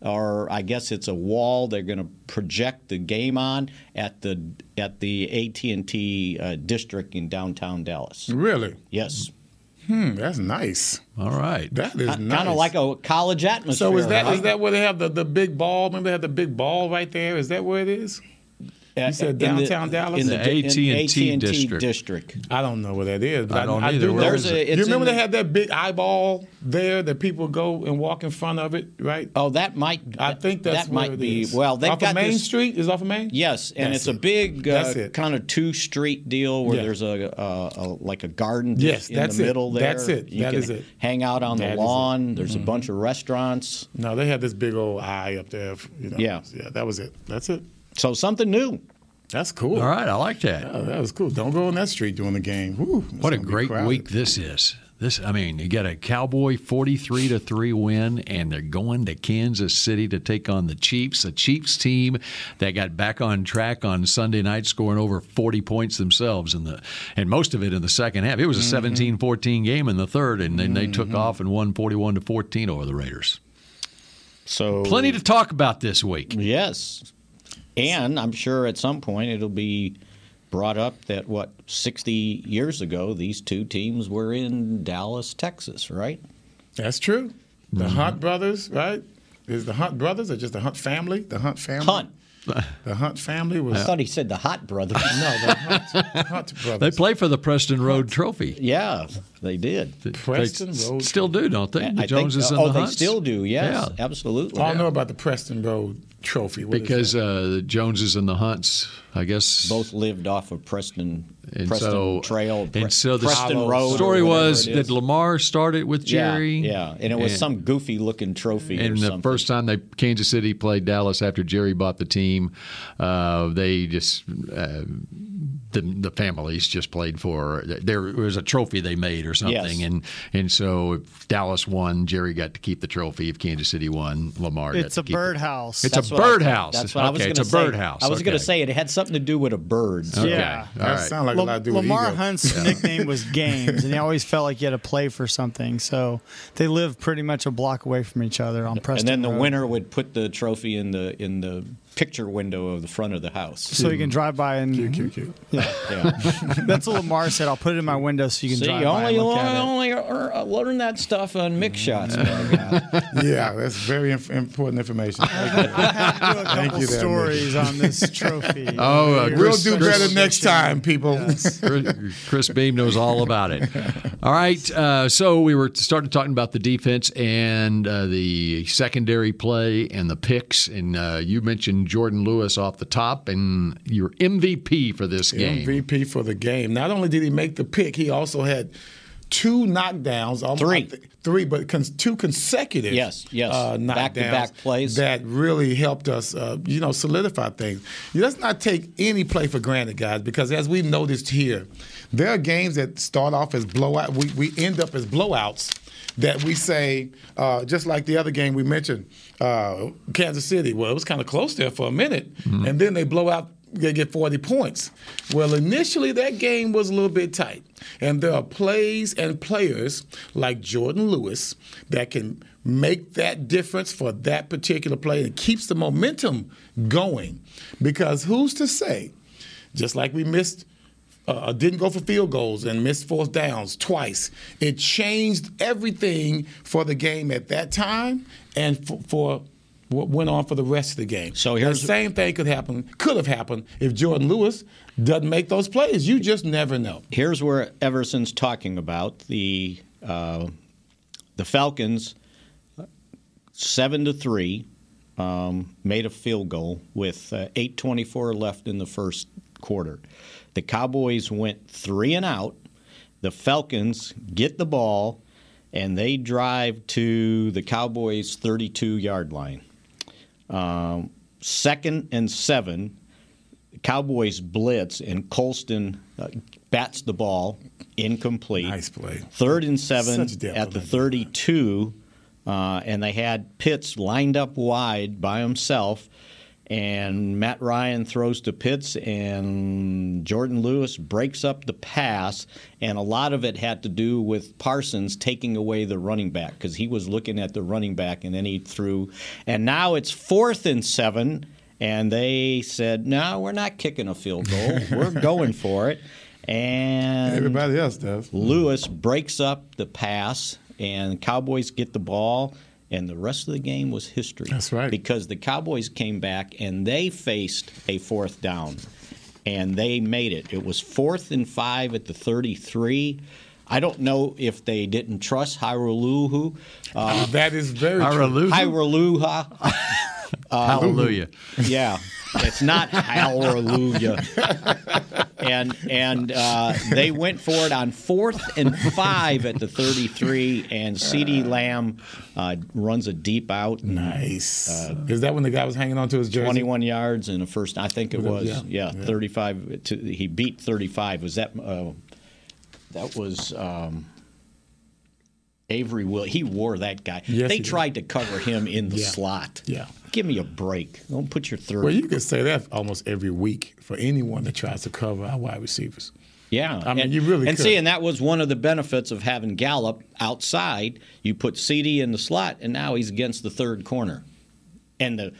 [SPEAKER 4] or I guess it's a wall they're going to project the game on at the at the AT&T uh, district in downtown Dallas.
[SPEAKER 5] Really?
[SPEAKER 4] Yes.
[SPEAKER 5] Hmm, that's nice.
[SPEAKER 2] All right.
[SPEAKER 5] That is
[SPEAKER 4] Kind
[SPEAKER 5] nice.
[SPEAKER 4] of like a college atmosphere.
[SPEAKER 5] So is that
[SPEAKER 4] huh?
[SPEAKER 5] is that where they have the, the big ball? Remember they had the big ball right there? Is that where it is? You said
[SPEAKER 4] Uh, in the-
[SPEAKER 5] downtown Dallas?
[SPEAKER 4] in the The AT&T AT&T district.
[SPEAKER 5] I don't know where that is. But I,
[SPEAKER 2] I don't
[SPEAKER 5] I
[SPEAKER 2] either.
[SPEAKER 5] Do
[SPEAKER 2] Where
[SPEAKER 5] know-
[SPEAKER 2] is it?
[SPEAKER 5] you
[SPEAKER 2] It's
[SPEAKER 5] remember
[SPEAKER 2] in
[SPEAKER 5] they
[SPEAKER 2] the-
[SPEAKER 5] had that big eyeball there that people go and walk in front of it, right?
[SPEAKER 4] Oh, that might.
[SPEAKER 5] I think that's
[SPEAKER 4] that
[SPEAKER 5] where
[SPEAKER 4] might
[SPEAKER 5] it
[SPEAKER 4] be-
[SPEAKER 5] is.
[SPEAKER 4] well, they've
[SPEAKER 5] off
[SPEAKER 4] got
[SPEAKER 5] of Main
[SPEAKER 4] this-
[SPEAKER 5] Street. Is it off of Main?
[SPEAKER 4] Yes, and
[SPEAKER 5] That's
[SPEAKER 4] it's a
[SPEAKER 5] it.
[SPEAKER 4] big
[SPEAKER 5] That's
[SPEAKER 4] uh,
[SPEAKER 5] it.
[SPEAKER 4] kind of two street deal where
[SPEAKER 5] Yeah.
[SPEAKER 4] there's a, a, a like a garden just
[SPEAKER 5] Yes,
[SPEAKER 4] in
[SPEAKER 5] that's
[SPEAKER 4] the
[SPEAKER 5] it.
[SPEAKER 4] middle there.
[SPEAKER 5] That's it.
[SPEAKER 4] You
[SPEAKER 5] That
[SPEAKER 4] can
[SPEAKER 5] is it.
[SPEAKER 4] Hang out on
[SPEAKER 5] That
[SPEAKER 4] the
[SPEAKER 5] is it. Mm-hmm.
[SPEAKER 4] lawn. There's a bunch of restaurants.
[SPEAKER 5] No, they had this big old eye up there. You know.
[SPEAKER 4] Yeah.
[SPEAKER 5] yeah, that was it. That's it.
[SPEAKER 4] So something new.
[SPEAKER 5] That's cool.
[SPEAKER 2] All right, I like that.
[SPEAKER 5] Yeah, that was cool. Don't go on that street during the game. Whew, it's
[SPEAKER 2] What a
[SPEAKER 5] gonna be
[SPEAKER 2] great
[SPEAKER 5] crowded.
[SPEAKER 2] week this is. This, I mean, you got a Cowboy forty-three to three win, and they're going to Kansas City to take on the Chiefs, a Chiefs team that got back on track on Sunday night, scoring over forty points themselves in the, and most of it in the second half. It was a 17-14 game in the third, and then they took off and won forty-one to fourteen over the Raiders.
[SPEAKER 4] So
[SPEAKER 2] Plenty to talk about this week.
[SPEAKER 4] Yes, and I'm sure at some point it'll be brought up that what 60 years ago these two teams were in Dallas, Texas, right?
[SPEAKER 5] That's true. The
[SPEAKER 2] Mm-hmm.
[SPEAKER 5] Hunt brothers, right? Is the Hunt brothers or just the Hunt family? The Hunt family.
[SPEAKER 4] Hunt.
[SPEAKER 5] <laughs> The Hunt family
[SPEAKER 4] I
[SPEAKER 5] was.
[SPEAKER 4] thought he said the
[SPEAKER 5] <laughs>
[SPEAKER 4] Hot Brothers.
[SPEAKER 5] No, the Hunt, Hunt
[SPEAKER 2] <laughs> They
[SPEAKER 5] brothers.
[SPEAKER 2] play for the Preston Road Trophy.
[SPEAKER 4] Yeah, they did.
[SPEAKER 5] Preston
[SPEAKER 2] they
[SPEAKER 5] Road
[SPEAKER 2] still do, don't they?
[SPEAKER 4] I
[SPEAKER 2] The
[SPEAKER 4] think-
[SPEAKER 2] Joneses and
[SPEAKER 4] oh,
[SPEAKER 2] the
[SPEAKER 4] they
[SPEAKER 2] Hunts?
[SPEAKER 4] still do. Yes,
[SPEAKER 2] Yeah.
[SPEAKER 4] absolutely.
[SPEAKER 5] I don't know about the Preston Road Trophy. What is
[SPEAKER 2] because uh, the Joneses and the Hunts, I guess,
[SPEAKER 4] both lived off of Preston,
[SPEAKER 2] and
[SPEAKER 4] Preston
[SPEAKER 2] so,
[SPEAKER 4] Trail, Pre-
[SPEAKER 2] and so the
[SPEAKER 4] Preston Road. or
[SPEAKER 2] story
[SPEAKER 4] whatever
[SPEAKER 2] was
[SPEAKER 4] it
[SPEAKER 2] that
[SPEAKER 4] is.
[SPEAKER 2] Lamar started with Jerry.
[SPEAKER 4] Yeah, yeah, and it was
[SPEAKER 2] and-
[SPEAKER 4] some goofy looking trophy or
[SPEAKER 2] And the
[SPEAKER 4] something.
[SPEAKER 2] first time they Kansas City played Dallas after Jerry bought the team, uh, they just uh, the, the families just played for there was a trophy they made or something,
[SPEAKER 4] Yes.
[SPEAKER 2] and and so if Dallas won, Jerry got to keep the trophy. If Kansas City won, Lamar. got
[SPEAKER 3] It's
[SPEAKER 2] to
[SPEAKER 3] a
[SPEAKER 2] keep it.
[SPEAKER 3] birdhouse.
[SPEAKER 2] It's
[SPEAKER 4] That's
[SPEAKER 2] a
[SPEAKER 4] what I thought.
[SPEAKER 2] birdhouse.
[SPEAKER 4] That's what I was
[SPEAKER 2] okay,
[SPEAKER 4] going
[SPEAKER 2] it's
[SPEAKER 4] to
[SPEAKER 2] a
[SPEAKER 4] say.
[SPEAKER 2] birdhouse.
[SPEAKER 4] I was going
[SPEAKER 2] okay.
[SPEAKER 4] to say it had something to do with a bird. so-
[SPEAKER 2] Okay.
[SPEAKER 3] Yeah.
[SPEAKER 2] All
[SPEAKER 5] that
[SPEAKER 2] right.
[SPEAKER 5] sound like a lot to do with
[SPEAKER 3] Lamar
[SPEAKER 5] ego.
[SPEAKER 3] Hunt's nickname
[SPEAKER 4] <laughs>
[SPEAKER 3] was Games, and he always felt like he had to play for something. So they live pretty much a block away from each other on
[SPEAKER 4] And
[SPEAKER 3] Preston.
[SPEAKER 4] then the
[SPEAKER 3] Road.
[SPEAKER 4] winner would put the trophy in the in the picture window of the front of
[SPEAKER 2] <laughs>
[SPEAKER 4] the house.
[SPEAKER 3] So you can drive <laughs> by
[SPEAKER 2] uh,
[SPEAKER 3] and
[SPEAKER 5] Cute, cute, cute.
[SPEAKER 3] yeah,
[SPEAKER 4] Yeah.
[SPEAKER 3] that's what Lamar said. I'll put it in my window so you can
[SPEAKER 4] See,
[SPEAKER 3] drive
[SPEAKER 4] you
[SPEAKER 3] by and
[SPEAKER 4] only
[SPEAKER 3] look
[SPEAKER 4] only,
[SPEAKER 3] at it.
[SPEAKER 4] only er- uh, learn that stuff on mix shots. my God.
[SPEAKER 5] yeah, that's very inf- important
[SPEAKER 2] <laughs>
[SPEAKER 5] information. Thank you.
[SPEAKER 3] do a couple
[SPEAKER 5] you there,
[SPEAKER 3] stories on this trophy.
[SPEAKER 2] Oh, uh,
[SPEAKER 3] You're
[SPEAKER 5] We'll
[SPEAKER 2] Chris-
[SPEAKER 5] do
[SPEAKER 2] Chris-
[SPEAKER 5] better next time, people.
[SPEAKER 2] Chris, Chris Beam knows all about it. All right, uh, so we were started talking about the defense and uh, the secondary play and the picks, and uh, you mentioned Jordan Lewis off the top and your MVP for this game.
[SPEAKER 5] MVP for the game. Not only did he make the pick, he also had two knockdowns. almost-
[SPEAKER 4] Three.
[SPEAKER 5] I thi- Three, but cons- two consecutive.
[SPEAKER 4] Yes, yes.
[SPEAKER 5] Uh, knockdowns
[SPEAKER 4] Back-to-back plays.
[SPEAKER 5] that really helped us, uh, you know, solidify things. Let's not take any play for granted, guys, because as we've noticed here, there are games that start off as blowout. We, we end up as blowouts that we say, uh, just like the other game we mentioned, uh, Kansas City. Well, it was kind of close there for a minute, and then they blow out. They get 40 points. Well, initially that game was a little bit tight. And there are plays and players like Jordan Lewis that can make that difference for that particular play and keeps the momentum going. Because who's to say, just like we missed, uh, didn't go for field goals and missed fourth downs twice, it changed everything for the game at that time and for, for what went on for the rest of the game.
[SPEAKER 2] <laughs>
[SPEAKER 5] So
[SPEAKER 4] here's-
[SPEAKER 5] the same thing could happen, could have happened if Jordan Lewis doesn't make those plays. You just never know.
[SPEAKER 4] Here's where Everson's talking about the uh, the Falcons seven to three um, made a field goal with uh, eight twenty four left in the first quarter. The Cowboys went three and out. The Falcons get the ball and they drive to the Cowboys thirty two yard line. Um, second and seven. Cowboys blitz and Colston uh, bats the ball incomplete. Nice play. Third and seven
[SPEAKER 5] Such
[SPEAKER 4] at the 32, uh, and they had Pitts lined up wide by himself. And Matt Ryan throws to Pitts, and Jordan Lewis breaks up the pass. And a lot of it had to do with Parsons taking away the running back because he was looking at the running back, and then he threw. And now it's fourth and seven, and they said, No, we're not kicking a
[SPEAKER 5] <laughs>
[SPEAKER 4] field goal. We're going for it. And
[SPEAKER 5] everybody else does.
[SPEAKER 4] Lewis breaks up the pass, and Cowboys get the ball, and the rest of the game was history. That's right. Because the Cowboys came back and they faced a fourth down, and they made it. It was fourth and five at the 33. I don't know if they didn't trust Hyruluhu. Uh,
[SPEAKER 5] that is very
[SPEAKER 2] Hyruluhu?
[SPEAKER 4] Hyruluha. Uh,
[SPEAKER 2] Hallelujah.
[SPEAKER 4] Yeah, it's not hallelujah. and and uh, they went for it on fourth and five at the 33, and C.D. Lamb uh, runs a deep out.
[SPEAKER 5] Nice.
[SPEAKER 4] uh,
[SPEAKER 5] is that when the guy was hanging on to his jersey?
[SPEAKER 4] 21 yards in the first. I think it
[SPEAKER 5] Was
[SPEAKER 4] was.
[SPEAKER 5] it?
[SPEAKER 4] yeah,
[SPEAKER 5] Yeah.
[SPEAKER 4] 35. To, he beat 35. Was that? Uh, that was. Um, Avery Will. He wore that guy.
[SPEAKER 5] Yes,
[SPEAKER 4] they
[SPEAKER 5] he did.
[SPEAKER 4] tried to cover him in the
[SPEAKER 5] Yeah.
[SPEAKER 4] slot.
[SPEAKER 5] Yeah.
[SPEAKER 4] Give me a break. Don't put your third.
[SPEAKER 5] Well, you could say that almost every week for anyone that tries to cover our wide receivers.
[SPEAKER 4] Yeah,
[SPEAKER 5] I mean,
[SPEAKER 4] and,
[SPEAKER 5] you really
[SPEAKER 4] and
[SPEAKER 5] could.
[SPEAKER 4] see, and that was one of the benefits of having Gallup outside. You put CD in the slot, and now he's against the third corner, and the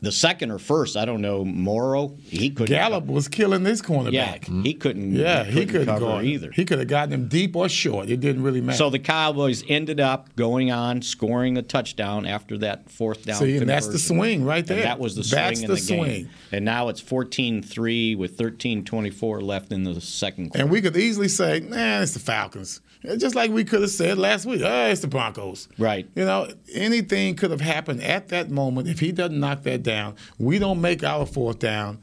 [SPEAKER 4] the second or first, I don't know. Morrow, he couldn't.
[SPEAKER 5] Gallup was killing this cornerback.
[SPEAKER 4] yeah, he couldn't.
[SPEAKER 5] Mm-hmm. Yeah, he couldn't
[SPEAKER 4] cover
[SPEAKER 5] go
[SPEAKER 4] either.
[SPEAKER 5] He could have gotten him deep or short. It didn't really matter.
[SPEAKER 4] So the Cowboys ended up going on scoring a touchdown after that fourth down.
[SPEAKER 5] See, and that's the
[SPEAKER 4] conversion.
[SPEAKER 5] swing right
[SPEAKER 4] And
[SPEAKER 5] there.
[SPEAKER 4] that was the swing
[SPEAKER 5] That's
[SPEAKER 4] in
[SPEAKER 5] the
[SPEAKER 4] the, game.
[SPEAKER 5] swing.
[SPEAKER 4] And now it's 14-3 with 13-24 left in the second quarter.
[SPEAKER 5] and we could easily say, "Man, it's the Falcons," just like we could have said last week. Oh, it's the Broncos.
[SPEAKER 4] Right.
[SPEAKER 5] You know, anything could have happened at that moment. If he doesn't knock that down, we don't make our fourth down.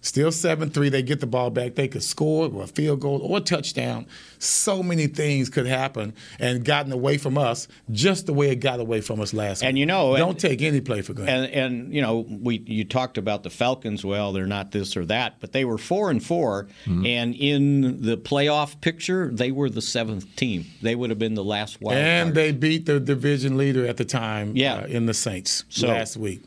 [SPEAKER 5] Still 7 3. They get the ball back. They could score or a field goal or a touchdown. So many things could happen and gotten away from us just the way it got away from us last
[SPEAKER 4] And
[SPEAKER 5] week.
[SPEAKER 4] you know,
[SPEAKER 5] don't take any play for granted.
[SPEAKER 4] And and you know, we you talked about the Falcons. Well, they're not this or that, but they were four and 4
[SPEAKER 5] Mm-hmm.
[SPEAKER 4] and in the playoff picture, they were the seventh team. They would have been the last wild
[SPEAKER 5] And,
[SPEAKER 4] card.
[SPEAKER 5] they beat the division leader at the time
[SPEAKER 4] Yeah.
[SPEAKER 5] uh, in the Saints
[SPEAKER 4] So-
[SPEAKER 5] last week.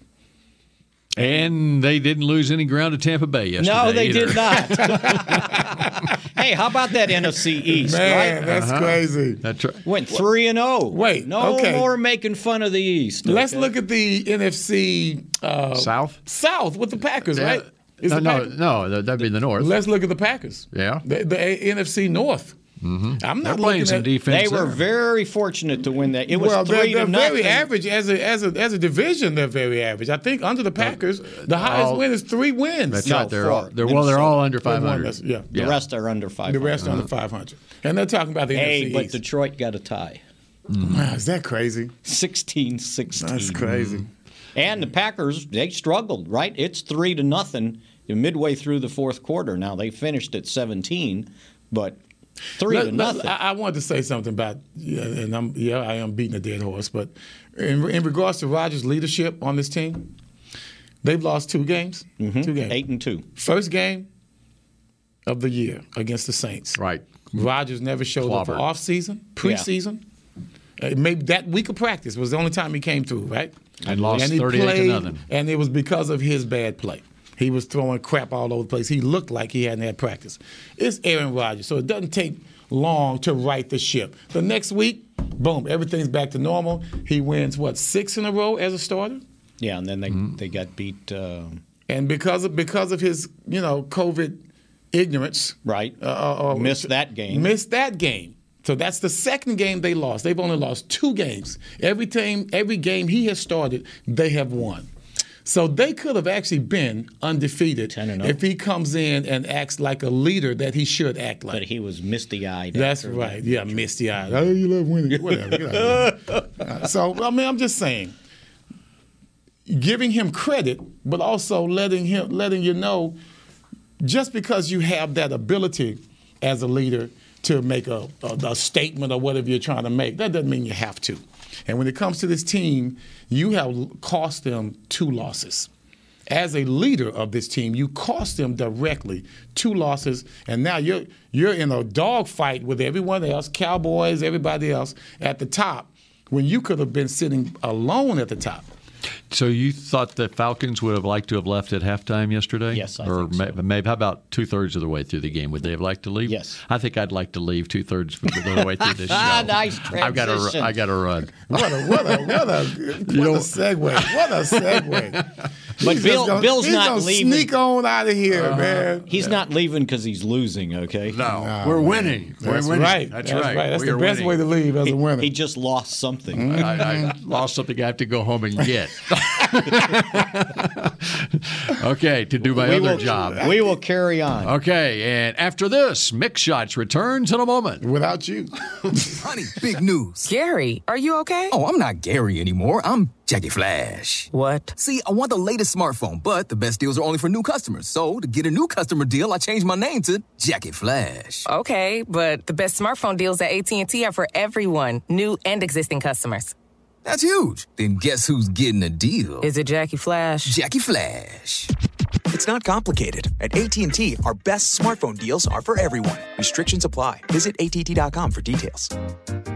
[SPEAKER 2] And they didn't lose any ground to Tampa Bay yesterday.
[SPEAKER 4] no, they
[SPEAKER 2] either.
[SPEAKER 4] did not.
[SPEAKER 5] <laughs>
[SPEAKER 4] hey, how about that NFC East?
[SPEAKER 5] Man,
[SPEAKER 4] right?
[SPEAKER 5] that's crazy.
[SPEAKER 2] That's right.
[SPEAKER 4] Went three and zero.
[SPEAKER 5] Wait,
[SPEAKER 4] no
[SPEAKER 5] okay.
[SPEAKER 4] more making fun of the East.
[SPEAKER 5] Let's
[SPEAKER 4] okay?
[SPEAKER 5] look at the NFC uh,
[SPEAKER 2] South?
[SPEAKER 5] South with the Packers,
[SPEAKER 2] Yeah.
[SPEAKER 5] right? It's
[SPEAKER 2] no,
[SPEAKER 5] the
[SPEAKER 2] no,
[SPEAKER 5] Packers.
[SPEAKER 2] no, that- that'd be the North.
[SPEAKER 5] Let's look at the Packers.
[SPEAKER 2] Yeah.
[SPEAKER 5] The, the A- NFC North. Mm-hmm. I'm
[SPEAKER 2] They're
[SPEAKER 5] not
[SPEAKER 2] playing
[SPEAKER 5] looking
[SPEAKER 2] some
[SPEAKER 5] at.
[SPEAKER 2] defense.
[SPEAKER 4] They were
[SPEAKER 2] there.
[SPEAKER 4] very fortunate to win that. It was
[SPEAKER 5] well, they're,
[SPEAKER 4] 3
[SPEAKER 5] they're
[SPEAKER 4] to
[SPEAKER 5] very
[SPEAKER 4] nothing.
[SPEAKER 5] average as a as a as a division. They're very average. I think under the Packers, the highest
[SPEAKER 2] uh, all-
[SPEAKER 5] win is three wins.
[SPEAKER 2] That's
[SPEAKER 4] No,
[SPEAKER 2] right. They're, all,
[SPEAKER 4] four.
[SPEAKER 2] they're well. They're all under
[SPEAKER 5] They're one
[SPEAKER 2] five hundred.
[SPEAKER 5] less- yeah.
[SPEAKER 4] The rest are under five.
[SPEAKER 5] The rest are
[SPEAKER 2] uh-huh.
[SPEAKER 5] under 500, and they're talking about the
[SPEAKER 4] Hey,
[SPEAKER 5] NFC
[SPEAKER 4] but
[SPEAKER 5] East.
[SPEAKER 4] Detroit got a tie. <laughs>
[SPEAKER 5] Wow,
[SPEAKER 2] <laughs>
[SPEAKER 5] is that crazy?
[SPEAKER 4] 16 16.
[SPEAKER 5] That's crazy.
[SPEAKER 4] And the Packers, they struggled, right? It's three to nothing midway through the fourth quarter. Now they finished at 17, but three
[SPEAKER 5] Let-
[SPEAKER 4] to
[SPEAKER 5] let-
[SPEAKER 4] nothing.
[SPEAKER 5] I, I wanted to say something about, yeah, and I'm, yeah, I am beating a dead horse, but in, in regards to Rogers' leadership on this team, they've lost two games. Two games.
[SPEAKER 4] Mm-hmm. Eight and two.
[SPEAKER 5] First game of the year against the Saints.
[SPEAKER 2] Right.
[SPEAKER 5] Rogers never showed up for
[SPEAKER 2] Clobbered.
[SPEAKER 5] offseason, preseason. Uh, maybe that week of practice was the only time he came through, right?
[SPEAKER 2] And lost
[SPEAKER 5] he
[SPEAKER 2] 38 to
[SPEAKER 5] played,
[SPEAKER 2] nothing.
[SPEAKER 5] And it was because of his bad play. He was throwing crap all over the place. He looked like he hadn't had practice. It's Aaron Rodgers, so it doesn't take long to right the ship. The next week, boom, everything's back to normal. He wins what six in a row as a starter,
[SPEAKER 4] Yeah, and then they,
[SPEAKER 2] Mm-hmm.
[SPEAKER 4] they got beat. Uh,
[SPEAKER 5] and because of because of his you know COVID ignorance,
[SPEAKER 4] right.
[SPEAKER 5] uh, uh,
[SPEAKER 4] Missed that game.
[SPEAKER 5] Missed that game. So that's the second game they lost. They've only lost two games. Every team, every game he has started, they have won. So they could have actually been undefeated
[SPEAKER 4] oh.
[SPEAKER 5] if he comes in and acts like a leader that he should act like. But
[SPEAKER 4] he was misty eyed.
[SPEAKER 5] That's right. Yeah, misty eyed. Oh, you love winning. <laughs> Whatever. Get out of here. Uh, so I mean, I'm just saying, giving him credit, but also letting him letting you know, just because you have that ability as a leader to make a, a, a statement or whatever you're trying to make, that doesn't mean you have to. And when it comes to this team, you have cost them two losses. As a leader of this team, you cost them directly two losses, and now you're you're in a dogfight with everyone else, Cowboys, everybody else at the top, when you could have been sitting alone at the top.
[SPEAKER 2] So you thought the Falcons would have liked to have left at halftime yesterday?
[SPEAKER 4] Yes, I
[SPEAKER 2] or maybe, maybe how about two thirds of the way through the game? Would they have liked to leave? Yes, I think I'd like to leave two thirds of the way through
[SPEAKER 4] <laughs>
[SPEAKER 2] this show.
[SPEAKER 4] Ah, Nice
[SPEAKER 2] I've got to.
[SPEAKER 4] transition.
[SPEAKER 2] I got to run.
[SPEAKER 5] What a what a what a what a segue! What a segue!
[SPEAKER 4] But
[SPEAKER 5] He's
[SPEAKER 4] Bill,
[SPEAKER 5] just gonna-
[SPEAKER 4] Bill's
[SPEAKER 5] he's
[SPEAKER 4] not
[SPEAKER 5] gonna
[SPEAKER 4] leaving.
[SPEAKER 5] Sneak on out of here, man.
[SPEAKER 4] He's not leaving because he's losing. Okay.
[SPEAKER 2] No,
[SPEAKER 5] we're winning. We're That's winning. right. That's That's right. right. That's We the are best winning.
[SPEAKER 3] <laughs>
[SPEAKER 5] way to leave as a winner.
[SPEAKER 4] He just lost something.
[SPEAKER 5] Mm-hmm.
[SPEAKER 2] I, I lost something. I have to go home and get. <laughs> okay, to do my
[SPEAKER 4] We
[SPEAKER 2] other
[SPEAKER 4] will- <laughs>
[SPEAKER 2] job.
[SPEAKER 4] We will carry on.
[SPEAKER 2] Okay, and after this, Mix Shots returns in a moment.
[SPEAKER 5] Without you.
[SPEAKER 8] Honey, big news.
[SPEAKER 9] Gary, are you okay?
[SPEAKER 8] Oh, I'm not Gary anymore. I'm Jackie Flash.
[SPEAKER 9] What?
[SPEAKER 8] See, I want the latest smartphone, but the best deals are only for new customers. So to get a new customer deal, I changed my name to Jackie Flash.
[SPEAKER 9] Okay, but the best smartphone deals at AT&T are for everyone, new and existing customers.
[SPEAKER 8] That's huge. Then guess who's getting a deal?
[SPEAKER 9] Is it Jackie Flash?
[SPEAKER 8] Jackie Flash.
[SPEAKER 10] It's not complicated. At AT&T, our best smartphone deals are for everyone. Restrictions apply. Visit att.com for details.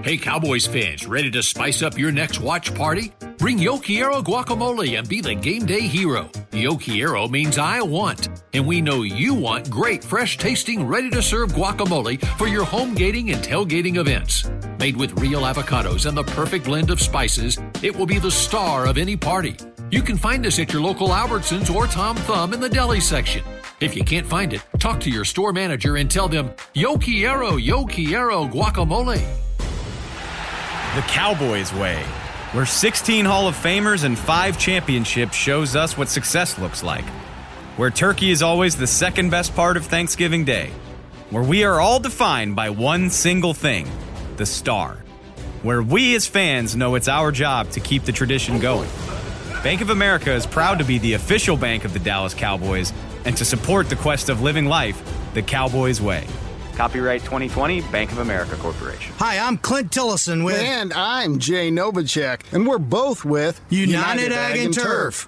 [SPEAKER 7] Hey, Cowboys fans, ready to spice up your next watch party? Bring Yokiero guacamole and be the game day hero. Yokiero means I want, and we know you want great, fresh tasting, ready to serve guacamole for your home gating and tailgating events. Made with real avocados and the perfect blend of spices, it will be the star of any party. You can find us at your local Albertsons or Tom Thumb in the deli section. If you can't find it, talk to your store manager and tell them, Yo quiero, yo quiero guacamole.
[SPEAKER 6] The Cowboys way, where 16 Hall of Famers and five championships shows us what success looks like. Where turkey is always the second best part of Thanksgiving Day. Where we are all defined by one single thing the star. Where we as fans know it's our job to keep the tradition going. Bank of America is proud to be the official bank of the Dallas Cowboys and to support the quest of living life the Cowboys way. Copyright 2020, Bank of America Corporation.
[SPEAKER 11] Hi, I'm Clint Tillison with. And I'm Jay Novacek. And we're both with
[SPEAKER 12] United, Ag, and Turf,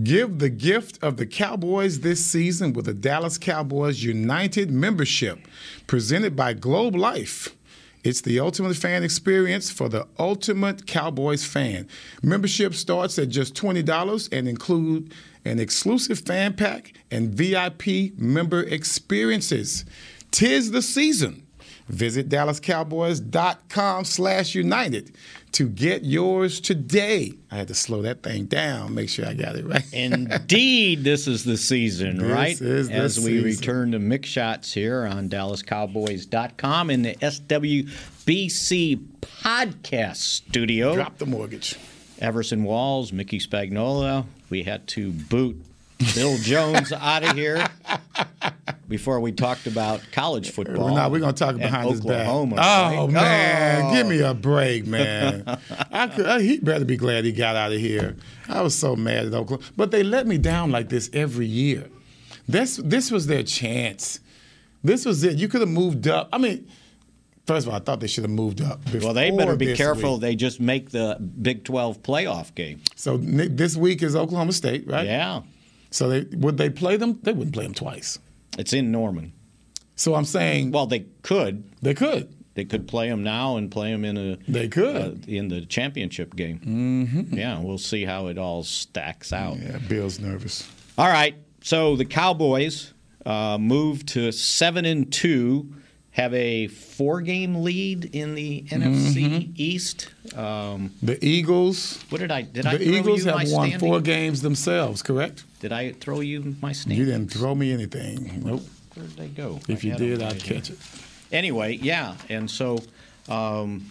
[SPEAKER 5] Give the gift of the Cowboys this season with a Dallas Cowboys United membership presented by Globe Life. It's the ultimate fan experience for the ultimate Cowboys fan. Membership starts at just $20 and include an exclusive fan pack and VIP member experiences. Tis the season. Visit DallasCowboys.com slash United to get yours today. I had to slow that thing down, make sure I got it right.
[SPEAKER 4] <laughs> Indeed, this is the season,
[SPEAKER 5] This
[SPEAKER 4] right?
[SPEAKER 5] is the
[SPEAKER 4] As
[SPEAKER 5] season.
[SPEAKER 4] we return to mix shots here on DallasCowboys.com in the SWBC podcast studio.
[SPEAKER 5] Drop the mortgage.
[SPEAKER 4] Everson Walls, Mickey Spagnola. We had to boot Bill
[SPEAKER 5] <laughs>
[SPEAKER 4] Jones out of here before we talked about college football.
[SPEAKER 5] No, we're gonna talk
[SPEAKER 4] and
[SPEAKER 5] behind his back.
[SPEAKER 4] Oklahoma,
[SPEAKER 5] Oh
[SPEAKER 4] right?
[SPEAKER 5] man,
[SPEAKER 4] Oh.
[SPEAKER 5] give me a break, man. I could, uh, he better be glad he got out of here. I was so mad at Oklahoma, but they let me down like this every year. This this was their chance. This was it. You could have moved up. I mean, first of all, I thought they should have moved up.
[SPEAKER 4] Well, they better
[SPEAKER 5] before
[SPEAKER 4] be
[SPEAKER 5] this
[SPEAKER 4] careful.
[SPEAKER 5] week.
[SPEAKER 4] They just make the Big 12 playoff game.
[SPEAKER 5] So ni- this week is Oklahoma State, right?
[SPEAKER 4] Yeah.
[SPEAKER 5] So they would they play them? They wouldn't play them twice.
[SPEAKER 4] It's in Norman.
[SPEAKER 5] So I'm saying,
[SPEAKER 4] well, they could.
[SPEAKER 5] They could.
[SPEAKER 4] They could play them now and play them in a uh,
[SPEAKER 5] they could
[SPEAKER 4] in the championship game.
[SPEAKER 5] Mhm.
[SPEAKER 4] Yeah, we'll see how it all stacks out.
[SPEAKER 5] Yeah, Bill's nervous.
[SPEAKER 4] All right. So the Cowboys uh, move to seven and two, have a four-game lead in the
[SPEAKER 5] Mm-hmm.
[SPEAKER 4] NFC East. Um,
[SPEAKER 5] the Eagles.
[SPEAKER 4] What did I did I
[SPEAKER 5] The
[SPEAKER 4] throw
[SPEAKER 5] Eagles
[SPEAKER 4] you my
[SPEAKER 5] have won
[SPEAKER 4] standing?
[SPEAKER 5] four games themselves, correct?
[SPEAKER 4] Did I throw you my standings?
[SPEAKER 5] You didn't throw me anything. Nope.
[SPEAKER 4] Where'd they go?
[SPEAKER 5] If
[SPEAKER 4] I
[SPEAKER 5] you
[SPEAKER 4] had 'em
[SPEAKER 5] did, I'd
[SPEAKER 4] right here.
[SPEAKER 5] catch it.
[SPEAKER 4] Anyway, yeah, and so, um,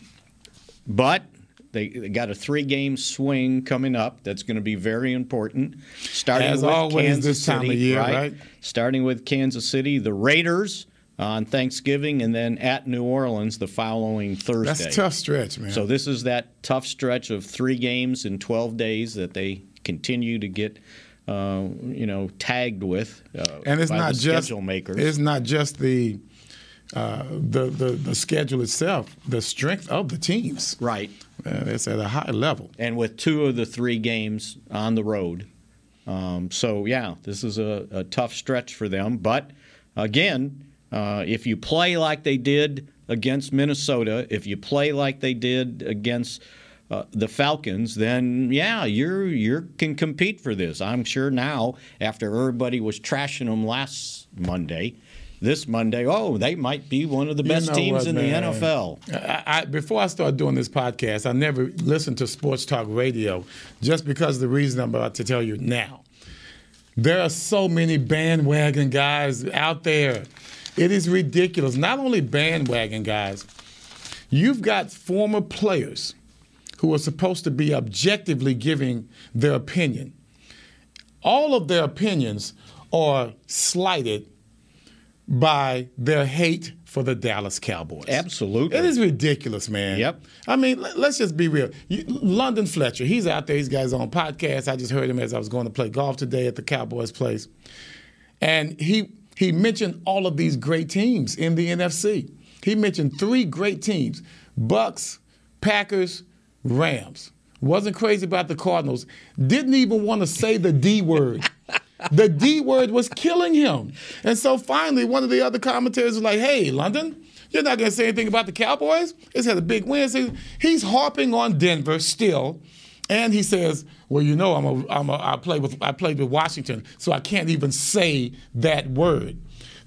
[SPEAKER 4] but they, they got a three-game swing coming up. That's going to be very important. Starting
[SPEAKER 5] As
[SPEAKER 4] with
[SPEAKER 5] always
[SPEAKER 4] Kansas
[SPEAKER 5] this time of
[SPEAKER 4] City,
[SPEAKER 5] year,
[SPEAKER 4] right?
[SPEAKER 5] right?
[SPEAKER 4] Starting with Kansas City, the Raiders on Thanksgiving, and then at New Orleans the following Thursday.
[SPEAKER 5] That's a tough stretch, man.
[SPEAKER 4] So this is that tough stretch of three games in 12 days that they continue to get, uh, you know, tagged with. Uh,
[SPEAKER 5] and it's
[SPEAKER 4] by
[SPEAKER 5] not
[SPEAKER 4] the
[SPEAKER 5] just
[SPEAKER 4] schedule makers.
[SPEAKER 5] It's not just the uh, the, the the schedule itself, the strength of the teams. Uh,
[SPEAKER 4] Right.
[SPEAKER 5] it's at a high level.
[SPEAKER 4] and with two of the three games on the road. Um, so, yeah, this is a, a tough stretch for them. But again, uh, if you play like they did against Minnesota, if you play like they did against uh, the Falcons, then yeah, you're you can compete for this. I'm sure now after everybody was trashing them last Monday, this Monday, oh, they might be one of the
[SPEAKER 5] You
[SPEAKER 4] best
[SPEAKER 5] know
[SPEAKER 4] teams
[SPEAKER 5] what,
[SPEAKER 4] in
[SPEAKER 5] man?
[SPEAKER 4] the NFL.
[SPEAKER 5] I, I, before I started doing this podcast, I never listened to sports talk radio just because of the reason I'm about to tell you now. There are so many bandwagon guys out there. It is ridiculous. Not only bandwagon guys, you've got former players who are supposed to be objectively giving their opinion. All of their opinions are slighted by their hate for the Dallas Cowboys.
[SPEAKER 4] Absolutely.
[SPEAKER 5] It is ridiculous, man. Yep. I mean, let- let's just be real. You, London Fletcher, he's out there, he's got his own podcast. I just heard him as I was going to play golf today at the Cowboys place. And he he mentioned all of these great teams in the NFC. He mentioned three great teams: Bucks, Packers, Rams. Wasn't crazy about the Cardinals. Didn't even want to say the D word. the D word was killing him. And so finally, one of the other commentators was like, hey, London, you're not going to say anything about the Cowboys? It's had a big win. So He's harping on Denver still. And he says, well, you know, I'm a, I'm a, I, play with, I played with Washington, so I can't even say that word.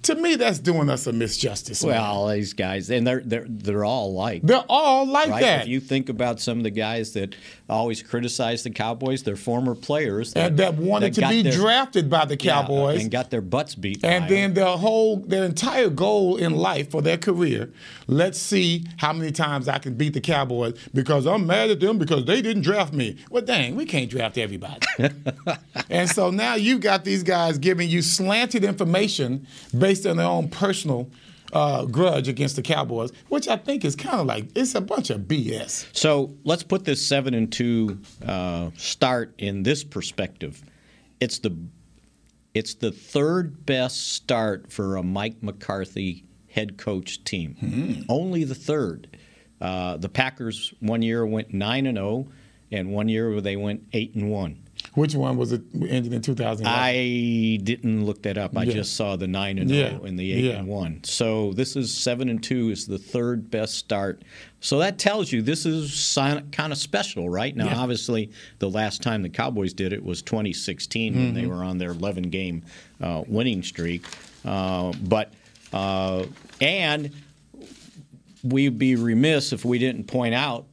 [SPEAKER 5] To me, that's doing us a misjustice. man.
[SPEAKER 4] Well, these guys, and they're they're they're all like
[SPEAKER 5] they're all like that.
[SPEAKER 4] If you think about some of the guys that always criticize the Cowboys, they're former players
[SPEAKER 5] and that wanted to
[SPEAKER 4] got
[SPEAKER 5] be
[SPEAKER 4] their-
[SPEAKER 5] drafted by the
[SPEAKER 4] yeah, uh,
[SPEAKER 5] Cowboys.
[SPEAKER 4] and got their butts beat.
[SPEAKER 5] And
[SPEAKER 4] by
[SPEAKER 5] then their whole, their entire goal in life for their career. Let's see how many times I can beat the Cowboys because I'm mad at them because they didn't draft me. Well, dang, we can't draft everybody. <laughs> and so now you got these guys giving you slanted information based on their own personal uh, grudge against the Cowboys, which I think is kind of like it's a bunch of BS.
[SPEAKER 4] So let's put this seven and two uh, start in this perspective. It's the it's the third best start for a Mike McCarthy head coach team. Only the third. Uh, the Packers one year went nine and zero, and one year they went eight and one.
[SPEAKER 5] Which one was it ended in 2011?
[SPEAKER 4] I didn't look that up. I
[SPEAKER 5] Yeah.
[SPEAKER 4] just saw the nine and
[SPEAKER 5] Yeah.
[SPEAKER 4] zero and the eight
[SPEAKER 5] Yeah.
[SPEAKER 4] and one. So this is seven and two is the third best start. So that tells you this is kind of special, right? Now,
[SPEAKER 13] Yeah.
[SPEAKER 4] obviously, the last time the Cowboys did it was 2016 when
[SPEAKER 5] Mm-hmm.
[SPEAKER 4] they
[SPEAKER 13] Mhm.
[SPEAKER 4] were on their 11 game uh, winning streak. Uh, but uh, and we'd be remiss if we didn't point out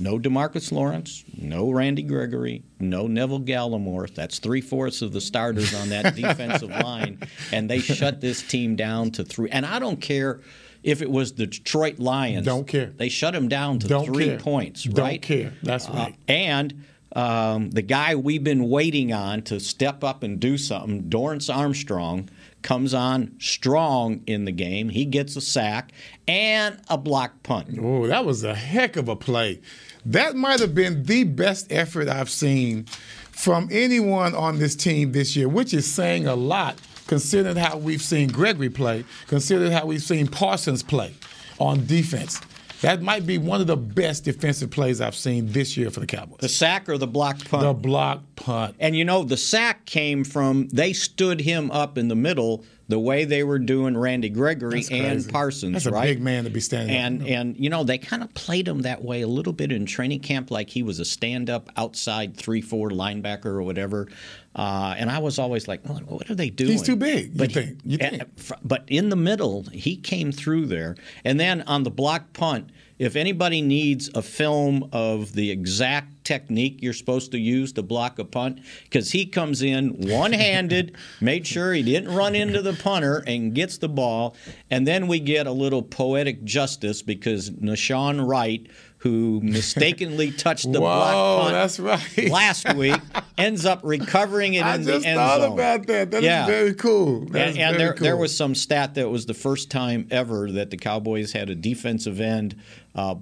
[SPEAKER 4] no Demarcus Lawrence, no Randy Gregory, no Neville Gallimore. That's three fourths of the starters on
[SPEAKER 5] <laughs>
[SPEAKER 4] that defensive line, and they shut this team down to three. And I don't care if it was the Detroit Lions.
[SPEAKER 5] Don't care.
[SPEAKER 4] They shut them down to
[SPEAKER 5] Don't
[SPEAKER 4] three
[SPEAKER 5] care.
[SPEAKER 4] points.
[SPEAKER 5] Don't
[SPEAKER 4] Right? Uh,
[SPEAKER 5] care. That's right.
[SPEAKER 4] and um, the guy we've been waiting on to step up and do something, Dorrance Armstrong, comes on strong in the game. He gets a sack and a block punt.
[SPEAKER 5] Oh, that was a heck of a play. That might have been the best effort I've seen from anyone on this team this year, which is saying a lot considering how we've seen Gregory play, considering how we've seen Parsons play on defense. That might be one of the best defensive plays I've seen this year for the Cowboys.
[SPEAKER 4] The sack or the block punt?
[SPEAKER 5] The block punt.
[SPEAKER 4] punt. And you know, the sack came from they stood him up in the middle the way they were doing Randy Gregory
[SPEAKER 5] That's
[SPEAKER 4] and
[SPEAKER 5] crazy.
[SPEAKER 4] Parsons,
[SPEAKER 5] That's a
[SPEAKER 4] right?
[SPEAKER 5] big man to be standing up.
[SPEAKER 4] And and you know, they kind of played him that way a little bit in training camp, like he was a stand up outside three four linebacker or whatever. Uh, and I was always like, "What- what are they doing?
[SPEAKER 5] He's too big, you
[SPEAKER 4] But
[SPEAKER 5] think. You
[SPEAKER 4] eh, fr- But in the middle, he came through there. And then on the block punt, if anybody needs a film of the exact technique you're supposed to use to block a punt, because he comes in
[SPEAKER 5] <laughs>
[SPEAKER 4] one handed, made sure he didn't run into the punter and gets the ball. And then we get a little poetic justice because Nashawn Wright. Who mistakenly touched the block
[SPEAKER 5] Whoa,
[SPEAKER 4] punt
[SPEAKER 5] that's right.
[SPEAKER 4] last
[SPEAKER 5] <laughs>
[SPEAKER 4] week ends up recovering it
[SPEAKER 5] I
[SPEAKER 4] in
[SPEAKER 5] just
[SPEAKER 4] the end
[SPEAKER 5] thought
[SPEAKER 4] zone.
[SPEAKER 5] about that. That is very cool. That
[SPEAKER 4] and
[SPEAKER 5] is
[SPEAKER 4] and
[SPEAKER 5] very
[SPEAKER 4] there, there
[SPEAKER 5] cool.
[SPEAKER 4] was some stat that was the first time ever that the Cowboys had a defensive end uh,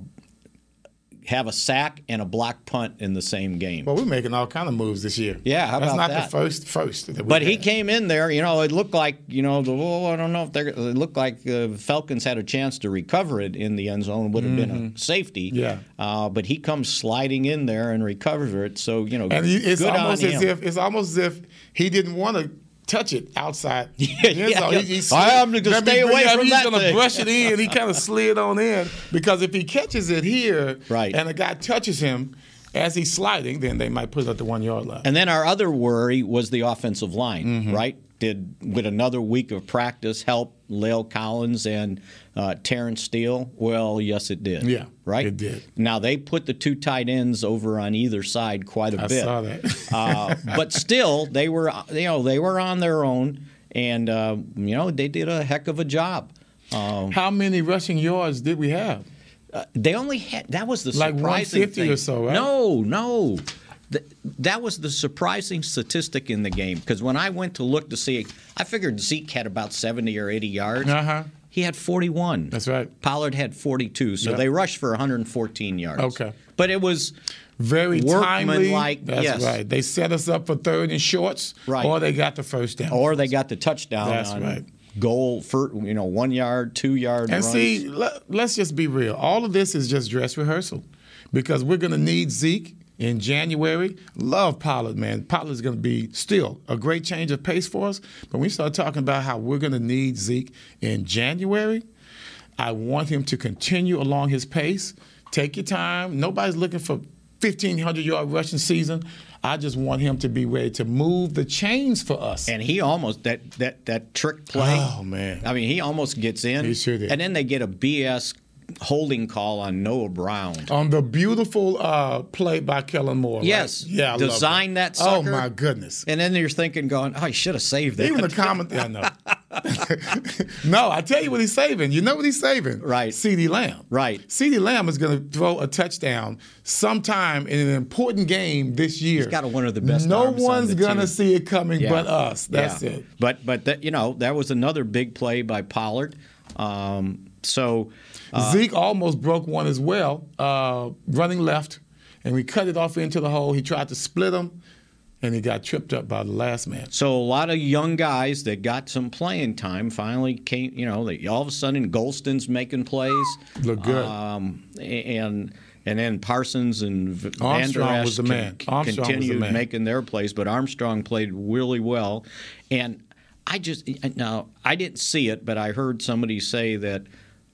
[SPEAKER 4] have a sack and a block punt in the same game.
[SPEAKER 5] Well, we're making all kind of moves this year.
[SPEAKER 4] Yeah, how
[SPEAKER 5] That's not
[SPEAKER 4] about that?
[SPEAKER 5] the first first. That we
[SPEAKER 4] But he
[SPEAKER 5] had.
[SPEAKER 4] came in there, you know, it looked like, you know, the, oh, I don't know if they're, it looked like the Falcons had a chance to recover it in the end zone, would have been a
[SPEAKER 5] Mhm.
[SPEAKER 4] safety.
[SPEAKER 5] Yeah.
[SPEAKER 4] Uh, but he comes sliding in there and recovers it. So, you know,
[SPEAKER 5] and you- it's
[SPEAKER 4] good on
[SPEAKER 5] almost as
[SPEAKER 4] him.
[SPEAKER 5] if it's almost as if he didn't want to touch it outside. yeah,
[SPEAKER 4] <laughs> yeah. I am to stay away from
[SPEAKER 5] he's
[SPEAKER 4] that
[SPEAKER 5] gonna
[SPEAKER 4] thing.
[SPEAKER 5] brush it in. He kind of slid on in because if he catches it here, right. and a guy touches him as he's sliding, then they might put it at the one yard line.
[SPEAKER 4] And then our other worry was the offensive line,
[SPEAKER 5] Mm-hmm.
[SPEAKER 4] right? Did with another week of practice help Lale Collins and uh, Terrence Steele? Well, yes, it did.
[SPEAKER 5] Yeah,
[SPEAKER 4] right.
[SPEAKER 5] it did.
[SPEAKER 4] Now they put the two tight ends over on either side quite a
[SPEAKER 5] I
[SPEAKER 4] bit.
[SPEAKER 5] saw that. <laughs>
[SPEAKER 4] uh, but still, they were you know they were on their own, and uh, you know they did a heck of a job. <laughs> Um,
[SPEAKER 5] How many rushing yards did we have?
[SPEAKER 4] Uh, they only had that was the
[SPEAKER 5] Like
[SPEAKER 4] surprising
[SPEAKER 5] 150
[SPEAKER 4] thing.
[SPEAKER 5] or so, right?
[SPEAKER 4] No, no. Th- That was the surprising statistic in the game because when I went to look to see, I figured Zeke had about 70 or 80 yards.
[SPEAKER 5] Uh-huh.
[SPEAKER 4] He had 41. That's
[SPEAKER 5] right.
[SPEAKER 4] Pollard had 42, so
[SPEAKER 5] Yeah.
[SPEAKER 4] they rushed for 114 yards.
[SPEAKER 5] Okay.
[SPEAKER 4] But it was
[SPEAKER 5] Very timely.
[SPEAKER 4] workmanlike.
[SPEAKER 5] That's
[SPEAKER 4] yes.
[SPEAKER 5] right. They set us up for third and shorts,
[SPEAKER 4] Right.
[SPEAKER 5] or they got the first down.
[SPEAKER 4] Or they got the touchdown
[SPEAKER 5] That's
[SPEAKER 4] on
[SPEAKER 5] right.
[SPEAKER 4] goal for you know one yard, two yard.
[SPEAKER 5] And
[SPEAKER 4] runs.
[SPEAKER 5] see, let, us just be real. All of this is just dress rehearsal because we're going to need Zeke in January. Love Pollard, man. Pollard's going to be still a great change of pace for us. But when you start talking about how we're going to need Zeke in January, I want him to continue along his pace. Take your time. Nobody's looking for 1,500 yard rushing season. I just want him to be ready to move the chains for us.
[SPEAKER 4] And he almost that that that trick play.
[SPEAKER 5] Oh, man.
[SPEAKER 4] I mean, he almost gets in.
[SPEAKER 5] He sure did.
[SPEAKER 4] And then they get a BS holding call on Noah Brown.
[SPEAKER 5] on the beautiful uh, play by Kellen Moore. right?
[SPEAKER 4] Yes.
[SPEAKER 5] Yeah. I love
[SPEAKER 4] Design that
[SPEAKER 5] Oh
[SPEAKER 4] sucker.
[SPEAKER 5] my goodness.
[SPEAKER 4] And then you're thinking, going, "Oh, I should have saved that."
[SPEAKER 5] Even the comment. I know. <laughs> no, I tell you what he's saving. You know what he's saving. Right. C.D. Lamb.
[SPEAKER 4] Right.
[SPEAKER 5] C.D. Lamb is going to throw a touchdown sometime in an important game this year. He's got
[SPEAKER 4] one of the best
[SPEAKER 5] No
[SPEAKER 4] arms on
[SPEAKER 5] one's
[SPEAKER 4] the
[SPEAKER 5] gonna
[SPEAKER 4] team.
[SPEAKER 5] see it coming
[SPEAKER 4] Yeah.
[SPEAKER 5] but us. That's
[SPEAKER 4] Yeah.
[SPEAKER 5] it.
[SPEAKER 4] But but that you know that was another big play by Pollard. Um, so uh,
[SPEAKER 5] Zeke almost broke one as well, uh, running left, and we cut it off into the hole. He tried to split him, and he got tripped up by the last man.
[SPEAKER 4] So a lot of young guys that got some playing time finally came. You know, they, all of a sudden Golston's making plays.
[SPEAKER 5] Look good.
[SPEAKER 4] Um, and and then Parsons and V-
[SPEAKER 5] Armstrong
[SPEAKER 4] Van Der Esch
[SPEAKER 5] was the
[SPEAKER 4] con-
[SPEAKER 5] man. Armstrong was the
[SPEAKER 4] continued
[SPEAKER 5] man.
[SPEAKER 4] making their plays, but Armstrong played really well. And I just now I didn't see it, but I heard somebody say that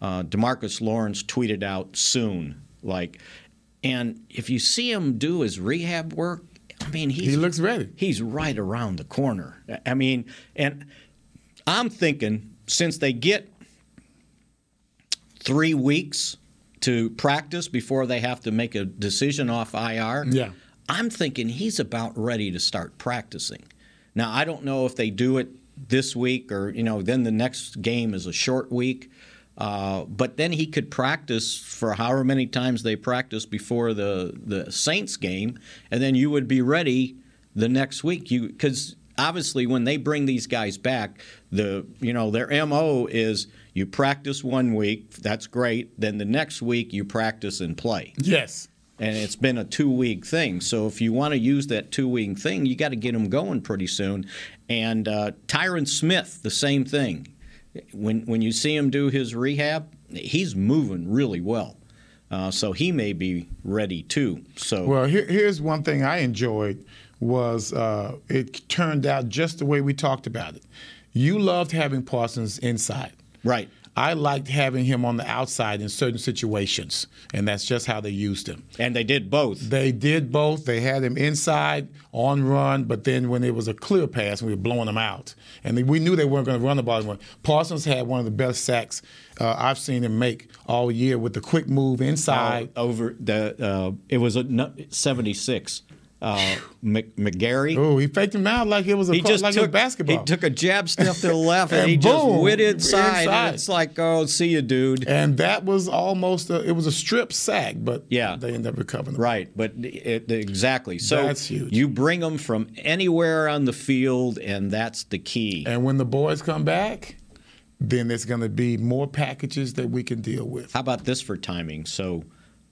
[SPEAKER 4] uh, Demarcus Lawrence tweeted out soon, like. And if you see him do his rehab work, I mean, he's, he
[SPEAKER 5] looks ready.
[SPEAKER 4] He's right around the corner. I- I mean, and I'm thinking since they get three weeks to practice before they have to make a decision off IR.
[SPEAKER 5] Yeah.
[SPEAKER 4] I'm thinking he's about ready to start practicing. Now I don't know if they do it this week or you know then the next game is a short week, uh, but then he could practice for however many times they practice before the the Saints game, and then you would be ready the next week. You because obviously when they bring these guys back the you know their mo is you practice one week that's great then the next week you practice and play
[SPEAKER 5] Yes.
[SPEAKER 4] and it's been a two week thing so if you want to use that two week thing you got to get them going pretty soon and uh, tyron smith the same thing when when you see him do his rehab he's moving really well uh, so he may be ready too so
[SPEAKER 5] Well, here, here's one thing I enjoyed was uh, it turned out just the way we talked about it. You loved having Parsons inside.
[SPEAKER 4] Right.
[SPEAKER 5] I liked having him on the outside in certain situations, and that's just how they used him.
[SPEAKER 4] And they did both.
[SPEAKER 5] They did both. They had him inside on run, but then when it was a clear pass, we were blowing him out, and we knew they weren't going to run the ball anymore. Parsons had one of the best sacks uh, I've seen him make all year with the quick move inside.
[SPEAKER 4] Uh, over the uh, it was a nu- 76 uh, Mc, McGarry.
[SPEAKER 5] Oh, he faked him out like it was a
[SPEAKER 4] he
[SPEAKER 5] cor-
[SPEAKER 4] just
[SPEAKER 5] like it was
[SPEAKER 4] took
[SPEAKER 5] basketball.
[SPEAKER 4] He took a jab step to the
[SPEAKER 5] <laughs>
[SPEAKER 4] left and,
[SPEAKER 5] And
[SPEAKER 4] he
[SPEAKER 5] boom,
[SPEAKER 4] just went inside.
[SPEAKER 5] inside.
[SPEAKER 4] And it's like, oh, see you, dude.
[SPEAKER 5] and that was almost a, it was a strip sack, but
[SPEAKER 4] yeah,
[SPEAKER 5] they end up recovering. The
[SPEAKER 4] right, but it, exactly. So
[SPEAKER 5] That's huge.
[SPEAKER 4] you bring them from anywhere on the field, and that's the key.
[SPEAKER 5] And when the boys come back, then there's going to be more packages that we can deal with.
[SPEAKER 4] How about this for timing? So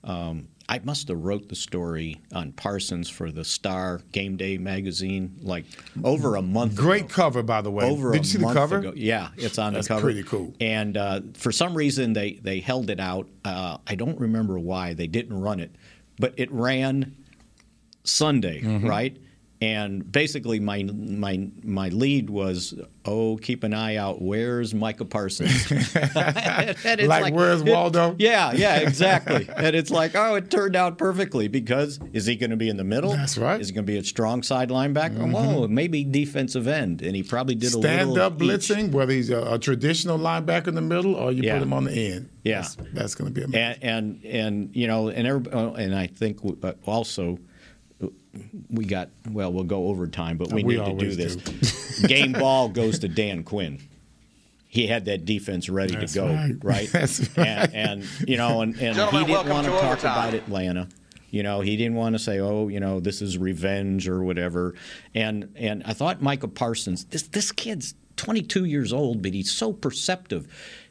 [SPEAKER 4] um, I must have wrote the story on Parsons for the Star Game Day magazine like over a month.
[SPEAKER 5] Great cover, by the way.
[SPEAKER 4] Over
[SPEAKER 5] Did
[SPEAKER 4] a
[SPEAKER 5] you see
[SPEAKER 4] month
[SPEAKER 5] the cover?
[SPEAKER 4] ago. Yeah, it's on
[SPEAKER 5] That's
[SPEAKER 4] the cover.
[SPEAKER 5] pretty cool.
[SPEAKER 4] And uh, for some reason, they they held it out. Uh, I don't remember why they didn't run it, but it ran Sunday,
[SPEAKER 5] Mm-hmm.
[SPEAKER 4] right? And basically, my my my lead was, oh, keep an eye out. Where's
[SPEAKER 5] <laughs>
[SPEAKER 4] Micah Parsons? <laughs> And it's
[SPEAKER 5] Like,
[SPEAKER 4] <laughs>
[SPEAKER 5] where's
[SPEAKER 4] it-
[SPEAKER 5] Waldo?
[SPEAKER 4] yeah,
[SPEAKER 5] <laughs>
[SPEAKER 4] yeah, exactly. and it's like, oh, it turned out perfectly because is he going to be in the middle?
[SPEAKER 5] That's right. Mm-hmm.
[SPEAKER 4] Is he going to be a strong side linebacker? Whoa, maybe defensive end. And he probably did a little
[SPEAKER 5] Stand up
[SPEAKER 4] each.
[SPEAKER 5] blitzing, whether he's a, a traditional linebacker in the middle or you
[SPEAKER 4] Yeah.
[SPEAKER 5] put him on the end.
[SPEAKER 4] Yeah.
[SPEAKER 5] That's, that's going to be amazing.
[SPEAKER 4] and and and you know, and every, uh, and I think w- uh, also uh, we got well, we'll go overtime, but we,
[SPEAKER 5] We
[SPEAKER 4] need to do
[SPEAKER 5] always
[SPEAKER 4] this.
[SPEAKER 5] do.
[SPEAKER 4] Game ball goes to Dan Quinn. He had that defense ready
[SPEAKER 5] That's
[SPEAKER 4] to go,
[SPEAKER 5] right. <laughs>
[SPEAKER 4] right?
[SPEAKER 5] That's
[SPEAKER 4] And, and you know, and, and he
[SPEAKER 13] Gentlemen,
[SPEAKER 4] didn't
[SPEAKER 13] welcome
[SPEAKER 4] want to
[SPEAKER 13] to
[SPEAKER 4] talk
[SPEAKER 13] overtime.
[SPEAKER 4] about Atlanta. You know, he didn't want to say, "Oh, you know, this is revenge or whatever." And and I thought Michael Parsons, this this kid's 22 years old, but he's so perceptive.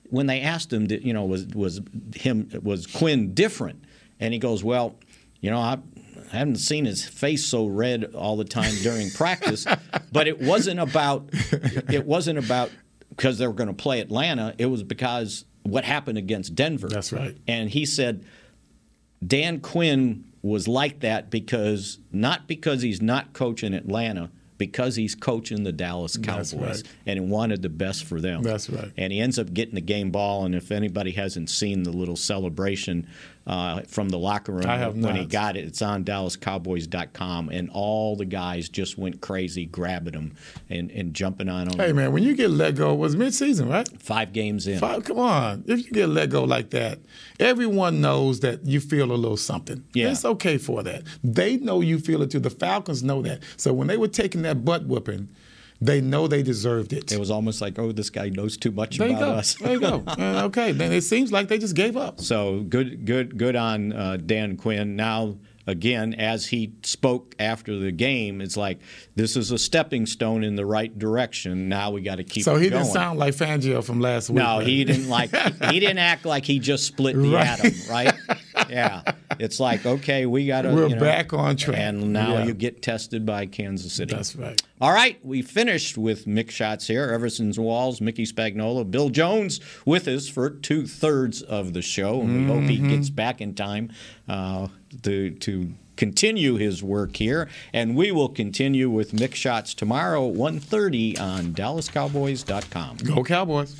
[SPEAKER 4] When they asked him, that, you know, was was him was Quinn different? And he goes, "Well, you know, I." I haven't seen his face so red all the time during practice, but it wasn't about it wasn't about because they were going to play Atlanta. It was because what happened against Denver. That's
[SPEAKER 5] right.
[SPEAKER 4] And he said, Dan Quinn was like that because not because he's not coaching Atlanta, because he's coaching the Dallas
[SPEAKER 5] That's
[SPEAKER 4] Cowboys
[SPEAKER 5] right.
[SPEAKER 4] and he wanted the best for them.
[SPEAKER 5] That's right.
[SPEAKER 4] And he ends up getting the game ball. And if anybody hasn't seen the little celebration uh, from the locker room
[SPEAKER 5] I have
[SPEAKER 4] when he
[SPEAKER 5] not.
[SPEAKER 4] got it, it's on DallasCowboys.com, and all the guys just went crazy grabbing him and, and jumping on him.
[SPEAKER 5] hey, man, when you get let go, it was midseason, right?
[SPEAKER 4] Five games in.
[SPEAKER 5] Five, come on. If you get let go like that, everyone knows that you feel a little something.
[SPEAKER 4] Yeah.
[SPEAKER 5] It's okay for that. They know you feel it too. The Falcons know that. So when they were taking that butt whooping, they know they deserved it.
[SPEAKER 4] It was almost like, oh, this guy knows too much
[SPEAKER 5] There you
[SPEAKER 4] about
[SPEAKER 5] go.
[SPEAKER 4] us.
[SPEAKER 5] There you go. And, okay. Then it seems like they just gave up.
[SPEAKER 4] <laughs> So good, good, good on uh, Dan Quinn. Now, again, as he spoke after the game, it's like this is a stepping stone in the right direction. Now we got to keep.
[SPEAKER 5] so
[SPEAKER 4] it
[SPEAKER 5] he
[SPEAKER 4] going.
[SPEAKER 5] didn't sound like Fangio from last week.
[SPEAKER 4] No,
[SPEAKER 5] right? <laughs>
[SPEAKER 4] he didn't like. He didn't act like he just split the
[SPEAKER 5] Right.
[SPEAKER 4] atom, right? Yeah, it's like okay, we got to.
[SPEAKER 5] We're back on track.
[SPEAKER 4] and now
[SPEAKER 5] Yeah.
[SPEAKER 4] you get tested by Kansas City.
[SPEAKER 5] That's right.
[SPEAKER 4] All right, we finished with Mick Shots here. Everson's Walls, Mickey Spagnola, Bill Jones with us for two thirds of the show, and we hope
[SPEAKER 5] Mm-hmm.
[SPEAKER 4] he gets back in time uh, to to continue his work here. And we will continue with Mick Shots tomorrow, 1.30 on DallasCowboys.com.
[SPEAKER 5] Go Cowboys.